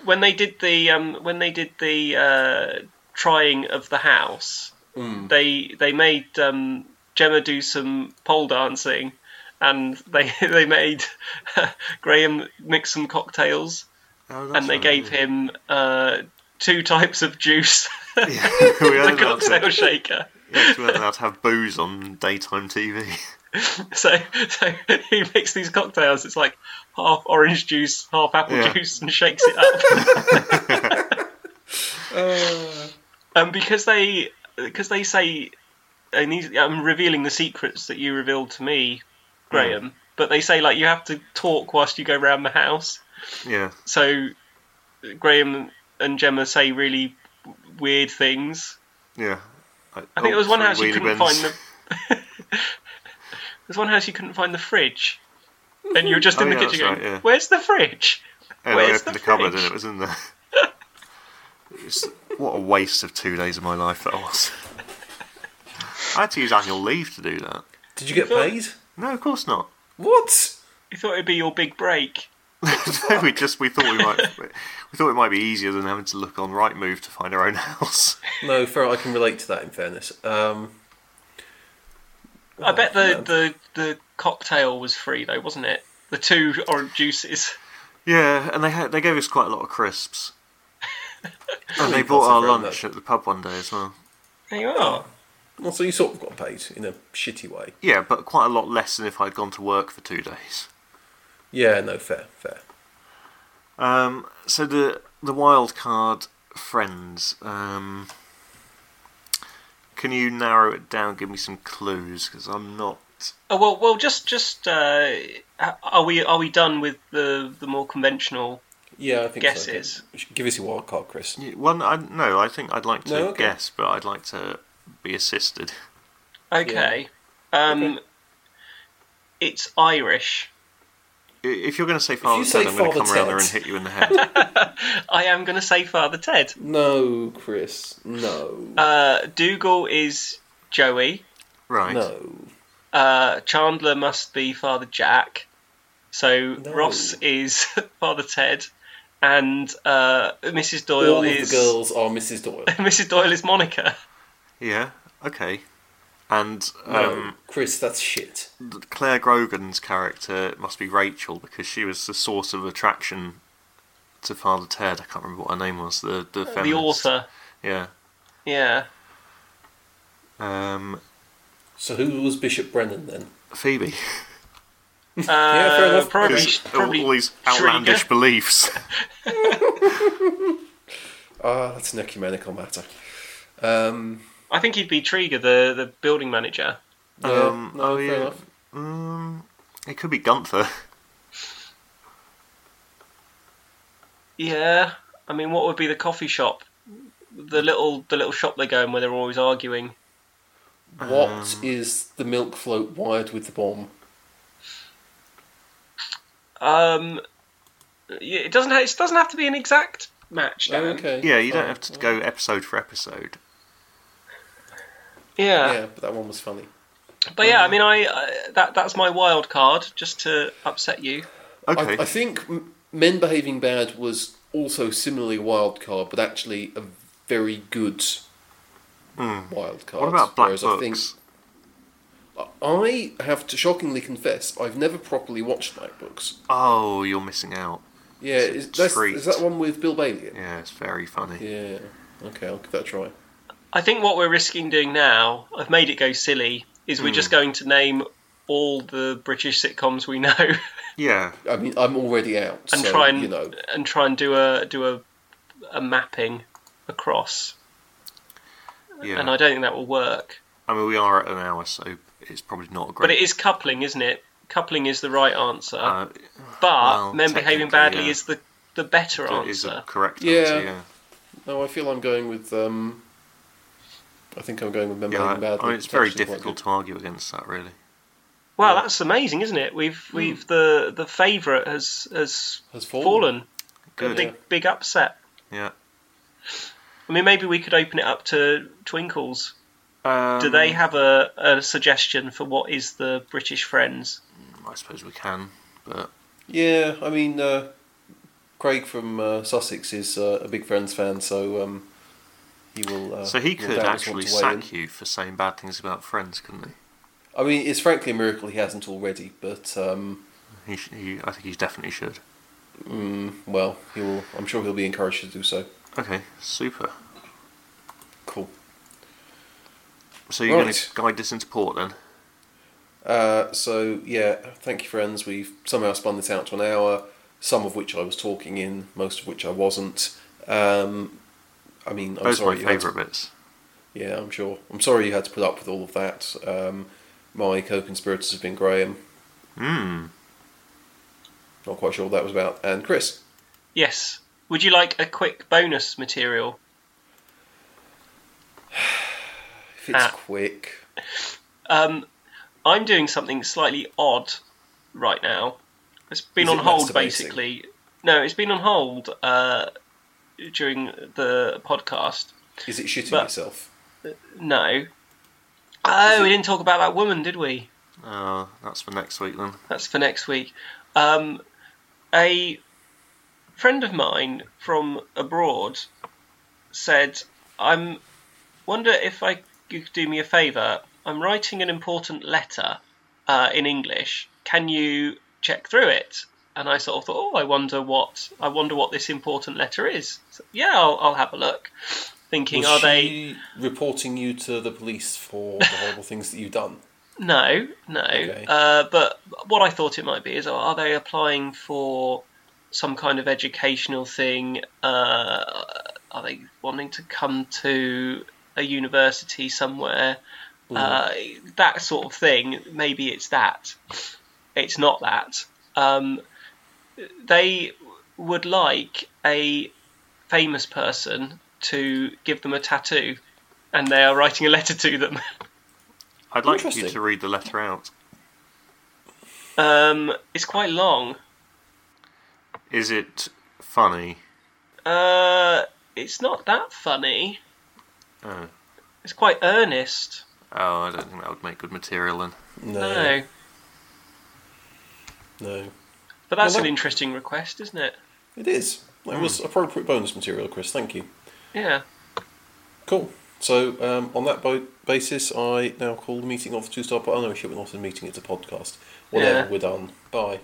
Speaker 5: When they did the um, when they did the uh, trying of the house,
Speaker 1: Mm.
Speaker 5: they they made um, Gemma do some pole dancing, and they they made Graham mix some cocktails,
Speaker 1: Oh, that's
Speaker 5: and they
Speaker 1: right.
Speaker 5: gave him uh, two types of juice, and
Speaker 1: Yeah, we
Speaker 5: a
Speaker 1: weren't allowed
Speaker 5: cocktail
Speaker 1: to,
Speaker 5: shaker.
Speaker 1: yes, we weren't allowed to have booze on daytime TV.
Speaker 5: So, so he makes these cocktails. It's like half orange juice, half apple
Speaker 1: Yeah.
Speaker 5: juice, and shakes it up. um, because they because they say, and these, I'm revealing the secrets that you revealed to me,
Speaker 1: Hmm.
Speaker 5: Graham. But they say like you have to talk whilst you go round the house.
Speaker 1: Yeah,
Speaker 5: So Graham and Gemma say really weird things.
Speaker 1: yeah. I
Speaker 5: I think there was one house you couldn't find the. There's one house you couldn't find the fridge, and you were just
Speaker 1: Oh,
Speaker 5: in the
Speaker 1: yeah,
Speaker 5: kitchen
Speaker 1: that's
Speaker 5: going,
Speaker 1: right, yeah.
Speaker 5: "Where's the fridge?"
Speaker 1: And I
Speaker 5: Where's
Speaker 1: opened the,
Speaker 5: the
Speaker 1: cupboard and
Speaker 5: fridge?
Speaker 1: it was in there. It's- what a waste of two days of my life that was. I had to use annual leave to do that.
Speaker 4: Did you get
Speaker 5: thought-
Speaker 4: paid?
Speaker 1: No, of course not.
Speaker 4: What?
Speaker 5: You thought it'd be your big break.
Speaker 1: No, we just we thought we might we thought it might be easier than having to look on Rightmove to find our own house.
Speaker 4: No, fair. I can relate to that. In fairness, um,
Speaker 5: I bet the,
Speaker 4: man.
Speaker 5: the the cocktail was free though, wasn't it? The two orange juices.
Speaker 1: Yeah, and they had, they gave us quite a lot of crisps. And they bought our
Speaker 4: Very
Speaker 1: lunch
Speaker 4: much.
Speaker 1: at the pub one day as well.
Speaker 5: There you are.
Speaker 4: also you sort of got paid in a shitty way.
Speaker 1: Yeah, but quite a lot less than if I'd gone to work for two days.
Speaker 4: Yeah, no, fair, fair.
Speaker 1: Um, so the the wild card friends. Um, can you narrow it down? Give me some clues because I'm not.
Speaker 5: Oh well, well, just just uh, are we are we done with the the more conventional?
Speaker 4: Yeah, I think
Speaker 5: Guesses.
Speaker 4: So. Give us your wild card, Chris.
Speaker 1: Yeah, One, I no. I think I'd like to
Speaker 4: No, okay.
Speaker 1: guess, but I'd like to be assisted.
Speaker 5: Okay. Um,
Speaker 4: Okay.
Speaker 5: it's Irish.
Speaker 1: I- If you're going to say Father
Speaker 4: say
Speaker 1: Ted, I'm going to
Speaker 4: Father
Speaker 1: come around there and
Speaker 4: Ted.
Speaker 1: hit you in the head.
Speaker 5: I am going to say Father Ted.
Speaker 4: No, Chris. No.
Speaker 5: Uh, Dougal is Joey.
Speaker 1: right.
Speaker 4: No.
Speaker 5: Uh, Chandler must be Father Jack. So
Speaker 4: No.
Speaker 5: Ross is Father Ted, and uh, Mrs. Doyle
Speaker 4: All
Speaker 5: is
Speaker 4: of the girls are Mrs. Doyle.
Speaker 5: Mrs. Doyle is Monica.
Speaker 1: Yeah. Okay. And
Speaker 4: No,
Speaker 1: um,
Speaker 4: Chris, that's shit.
Speaker 1: Claire Grogan's character must be Rachel because she was the source of attraction to Father Ted. I can't remember what her name was. The the,
Speaker 5: The
Speaker 1: feminist.
Speaker 5: author.
Speaker 1: Yeah.
Speaker 5: Yeah.
Speaker 1: Um,
Speaker 4: So who was Bishop Brennan then?
Speaker 1: Phoebe.
Speaker 5: Uh,
Speaker 4: fair enough.
Speaker 5: Probably,
Speaker 1: Because of
Speaker 5: probably
Speaker 1: all these outlandish
Speaker 5: Schrager.
Speaker 1: beliefs.
Speaker 4: Ah, that's an ecumenical matter. Um,
Speaker 5: I think he'd be Trigger, the, the building manager.
Speaker 4: yeah,
Speaker 1: Um,
Speaker 4: no,
Speaker 1: oh,
Speaker 4: fair
Speaker 1: yeah.
Speaker 4: enough.
Speaker 1: Um, it could be Gunther.
Speaker 5: Yeah. I mean, what would be the coffee shop? The little the little shop they go in where they're always arguing.
Speaker 1: uh,
Speaker 4: What is the milk float wired with the bomb?
Speaker 5: Um, yeah, it doesn't. Ha- it doesn't have to be an exact match, Dan.
Speaker 4: okay.
Speaker 1: Yeah, you don't
Speaker 4: fine.
Speaker 1: have to go episode for episode.
Speaker 5: Yeah.
Speaker 4: Yeah, but that one was funny.
Speaker 5: but
Speaker 1: Um,
Speaker 5: yeah, I mean, I, I that that's my wild card, just to upset you.
Speaker 1: Okay.
Speaker 4: I, I think m- men behaving bad was also similarly a wild card, but actually a very good wild card.
Speaker 1: Hmm. what about Black
Speaker 4: Whereas
Speaker 1: Books?
Speaker 4: I think I have to shockingly confess I've never properly watched Black Books.
Speaker 1: Oh, you're missing out.
Speaker 4: Yeah, is, that's,
Speaker 1: treat.
Speaker 4: is that one with Bill Bailey? in it?
Speaker 1: Yeah, it's very funny.
Speaker 4: Yeah. Okay, I'll give that a try.
Speaker 1: Hmm.
Speaker 5: I think what we're risking doing now, I've made it go silly, is we're just going to name all the British sitcoms we know
Speaker 1: Yeah,
Speaker 4: I mean, I'm already out.
Speaker 5: and
Speaker 4: so,
Speaker 5: try and
Speaker 4: you know,
Speaker 5: and try and do a do a a mapping across.
Speaker 1: yeah.
Speaker 5: And I don't think that will work.
Speaker 1: I mean, we are at an hour, so it's probably not a great.
Speaker 5: But it is coupling, isn't it? Coupling is the right answer,
Speaker 1: Uh,
Speaker 5: but
Speaker 1: well,
Speaker 5: men behaving
Speaker 1: technically,
Speaker 5: badly
Speaker 1: yeah.
Speaker 5: is the the better
Speaker 1: that is
Speaker 5: answer.
Speaker 1: a correct
Speaker 4: Yeah.
Speaker 1: answer. Yeah,
Speaker 4: no, I feel I'm going with. Um, I think I'm going with Men
Speaker 1: yeah.
Speaker 4: Behaving
Speaker 1: I,
Speaker 4: Badly.
Speaker 1: I mean, it's very
Speaker 4: actually quite
Speaker 1: difficult
Speaker 4: good.
Speaker 1: to argue against that, really.
Speaker 5: Wow,
Speaker 4: Yeah.
Speaker 5: that's amazing, isn't it? We've
Speaker 1: Hmm.
Speaker 5: we've the the favourite has has
Speaker 4: Has fallen.
Speaker 5: fallen.
Speaker 1: Good.
Speaker 5: Big big upset.
Speaker 1: Yeah.
Speaker 5: I mean, maybe we could open it up to Twinkles.
Speaker 1: Um,
Speaker 5: Do they have a, a suggestion for what is the British Friends?
Speaker 1: I suppose we can, but
Speaker 4: Yeah, I mean, uh, Craig from uh, Sussex is uh, a big Friends fan, so um, he will. Uh,
Speaker 1: so he
Speaker 4: will
Speaker 1: could
Speaker 4: doubtless want
Speaker 1: actually
Speaker 4: to weigh in.
Speaker 1: sack you for saying bad things about friends, couldn't
Speaker 4: I mean, it's frankly a miracle he hasn't already, but um,
Speaker 1: he? He, sh- he I think he definitely should.
Speaker 4: mm, well, he will. I'm sure he'll be encouraged to do so.
Speaker 1: Okay, super.
Speaker 4: Cool.
Speaker 1: So you're
Speaker 4: Right.
Speaker 1: going to guide this into port then?
Speaker 4: Uh, so yeah, thank you, friends. We've somehow spun this out to an hour, some of which I was talking in, most of which I wasn't. Um, I mean, I'm
Speaker 1: Those are
Speaker 4: sorry.
Speaker 1: my
Speaker 4: you had to-
Speaker 1: favourite bits.
Speaker 4: yeah, I'm sure. I'm sorry you had to put up with all of that. Um, my co-conspirators have been Graham.
Speaker 1: Hmm.
Speaker 4: Not quite sure what that was about. And Chris.
Speaker 5: Yes. Would you like a quick bonus material?
Speaker 4: If it's
Speaker 5: Ah.
Speaker 4: quick.
Speaker 5: Um, I'm doing something slightly odd right now. It's been
Speaker 4: Is
Speaker 5: on
Speaker 4: it
Speaker 5: hold
Speaker 4: masturbating?
Speaker 5: basically. No, it's been on hold uh, during the podcast.
Speaker 4: Is it shitting
Speaker 5: But-
Speaker 4: yourself?
Speaker 5: No. Oh,
Speaker 4: Is it-
Speaker 5: we didn't talk about that woman, did we?
Speaker 1: Uh, that's for next week then.
Speaker 5: That's for next week. Um, a friend of mine from abroad said, "I'm wonder if I you could do me a favour. I'm writing an important letter uh, in English. Can you check through it?" And I sort of thought, "Oh, I wonder what I wonder what this important letter is." So, yeah, I'll, I'll have a look. Thinking,
Speaker 4: Was
Speaker 5: are they?
Speaker 4: she reporting you to the police for the horrible things that you've done?
Speaker 5: No, no.
Speaker 4: Okay.
Speaker 5: Uh, but what I thought it might be is, are they applying for some kind of educational thing? Uh, are they wanting to come to a university somewhere? Uh, that sort of thing. Maybe it's that. It's not that. Um, they would like a famous person to give them a tattoo, and they are writing a letter to them.
Speaker 1: I'd like you
Speaker 4: Interesting.
Speaker 1: to read the letter out.
Speaker 5: Um, it's quite long.
Speaker 1: Is it funny?
Speaker 5: Uh, it's not that funny.
Speaker 1: Oh,
Speaker 5: It's quite earnest.
Speaker 1: oh I don't think that would make good material then.
Speaker 4: No.
Speaker 5: No,
Speaker 4: No.
Speaker 5: but that's
Speaker 4: Well,
Speaker 5: an
Speaker 4: that-
Speaker 5: interesting request, isn't it?
Speaker 4: It is. That was
Speaker 5: Hmm.
Speaker 4: appropriate bonus material, Chris. Thank you.
Speaker 5: Yeah.
Speaker 4: Cool. So, um, on that bo- basis, I now call the meeting of the Two Star Pod. Oh, no, shit, we're not a meeting, it's a podcast. Whatever,
Speaker 5: Yeah.
Speaker 4: we're done. Bye.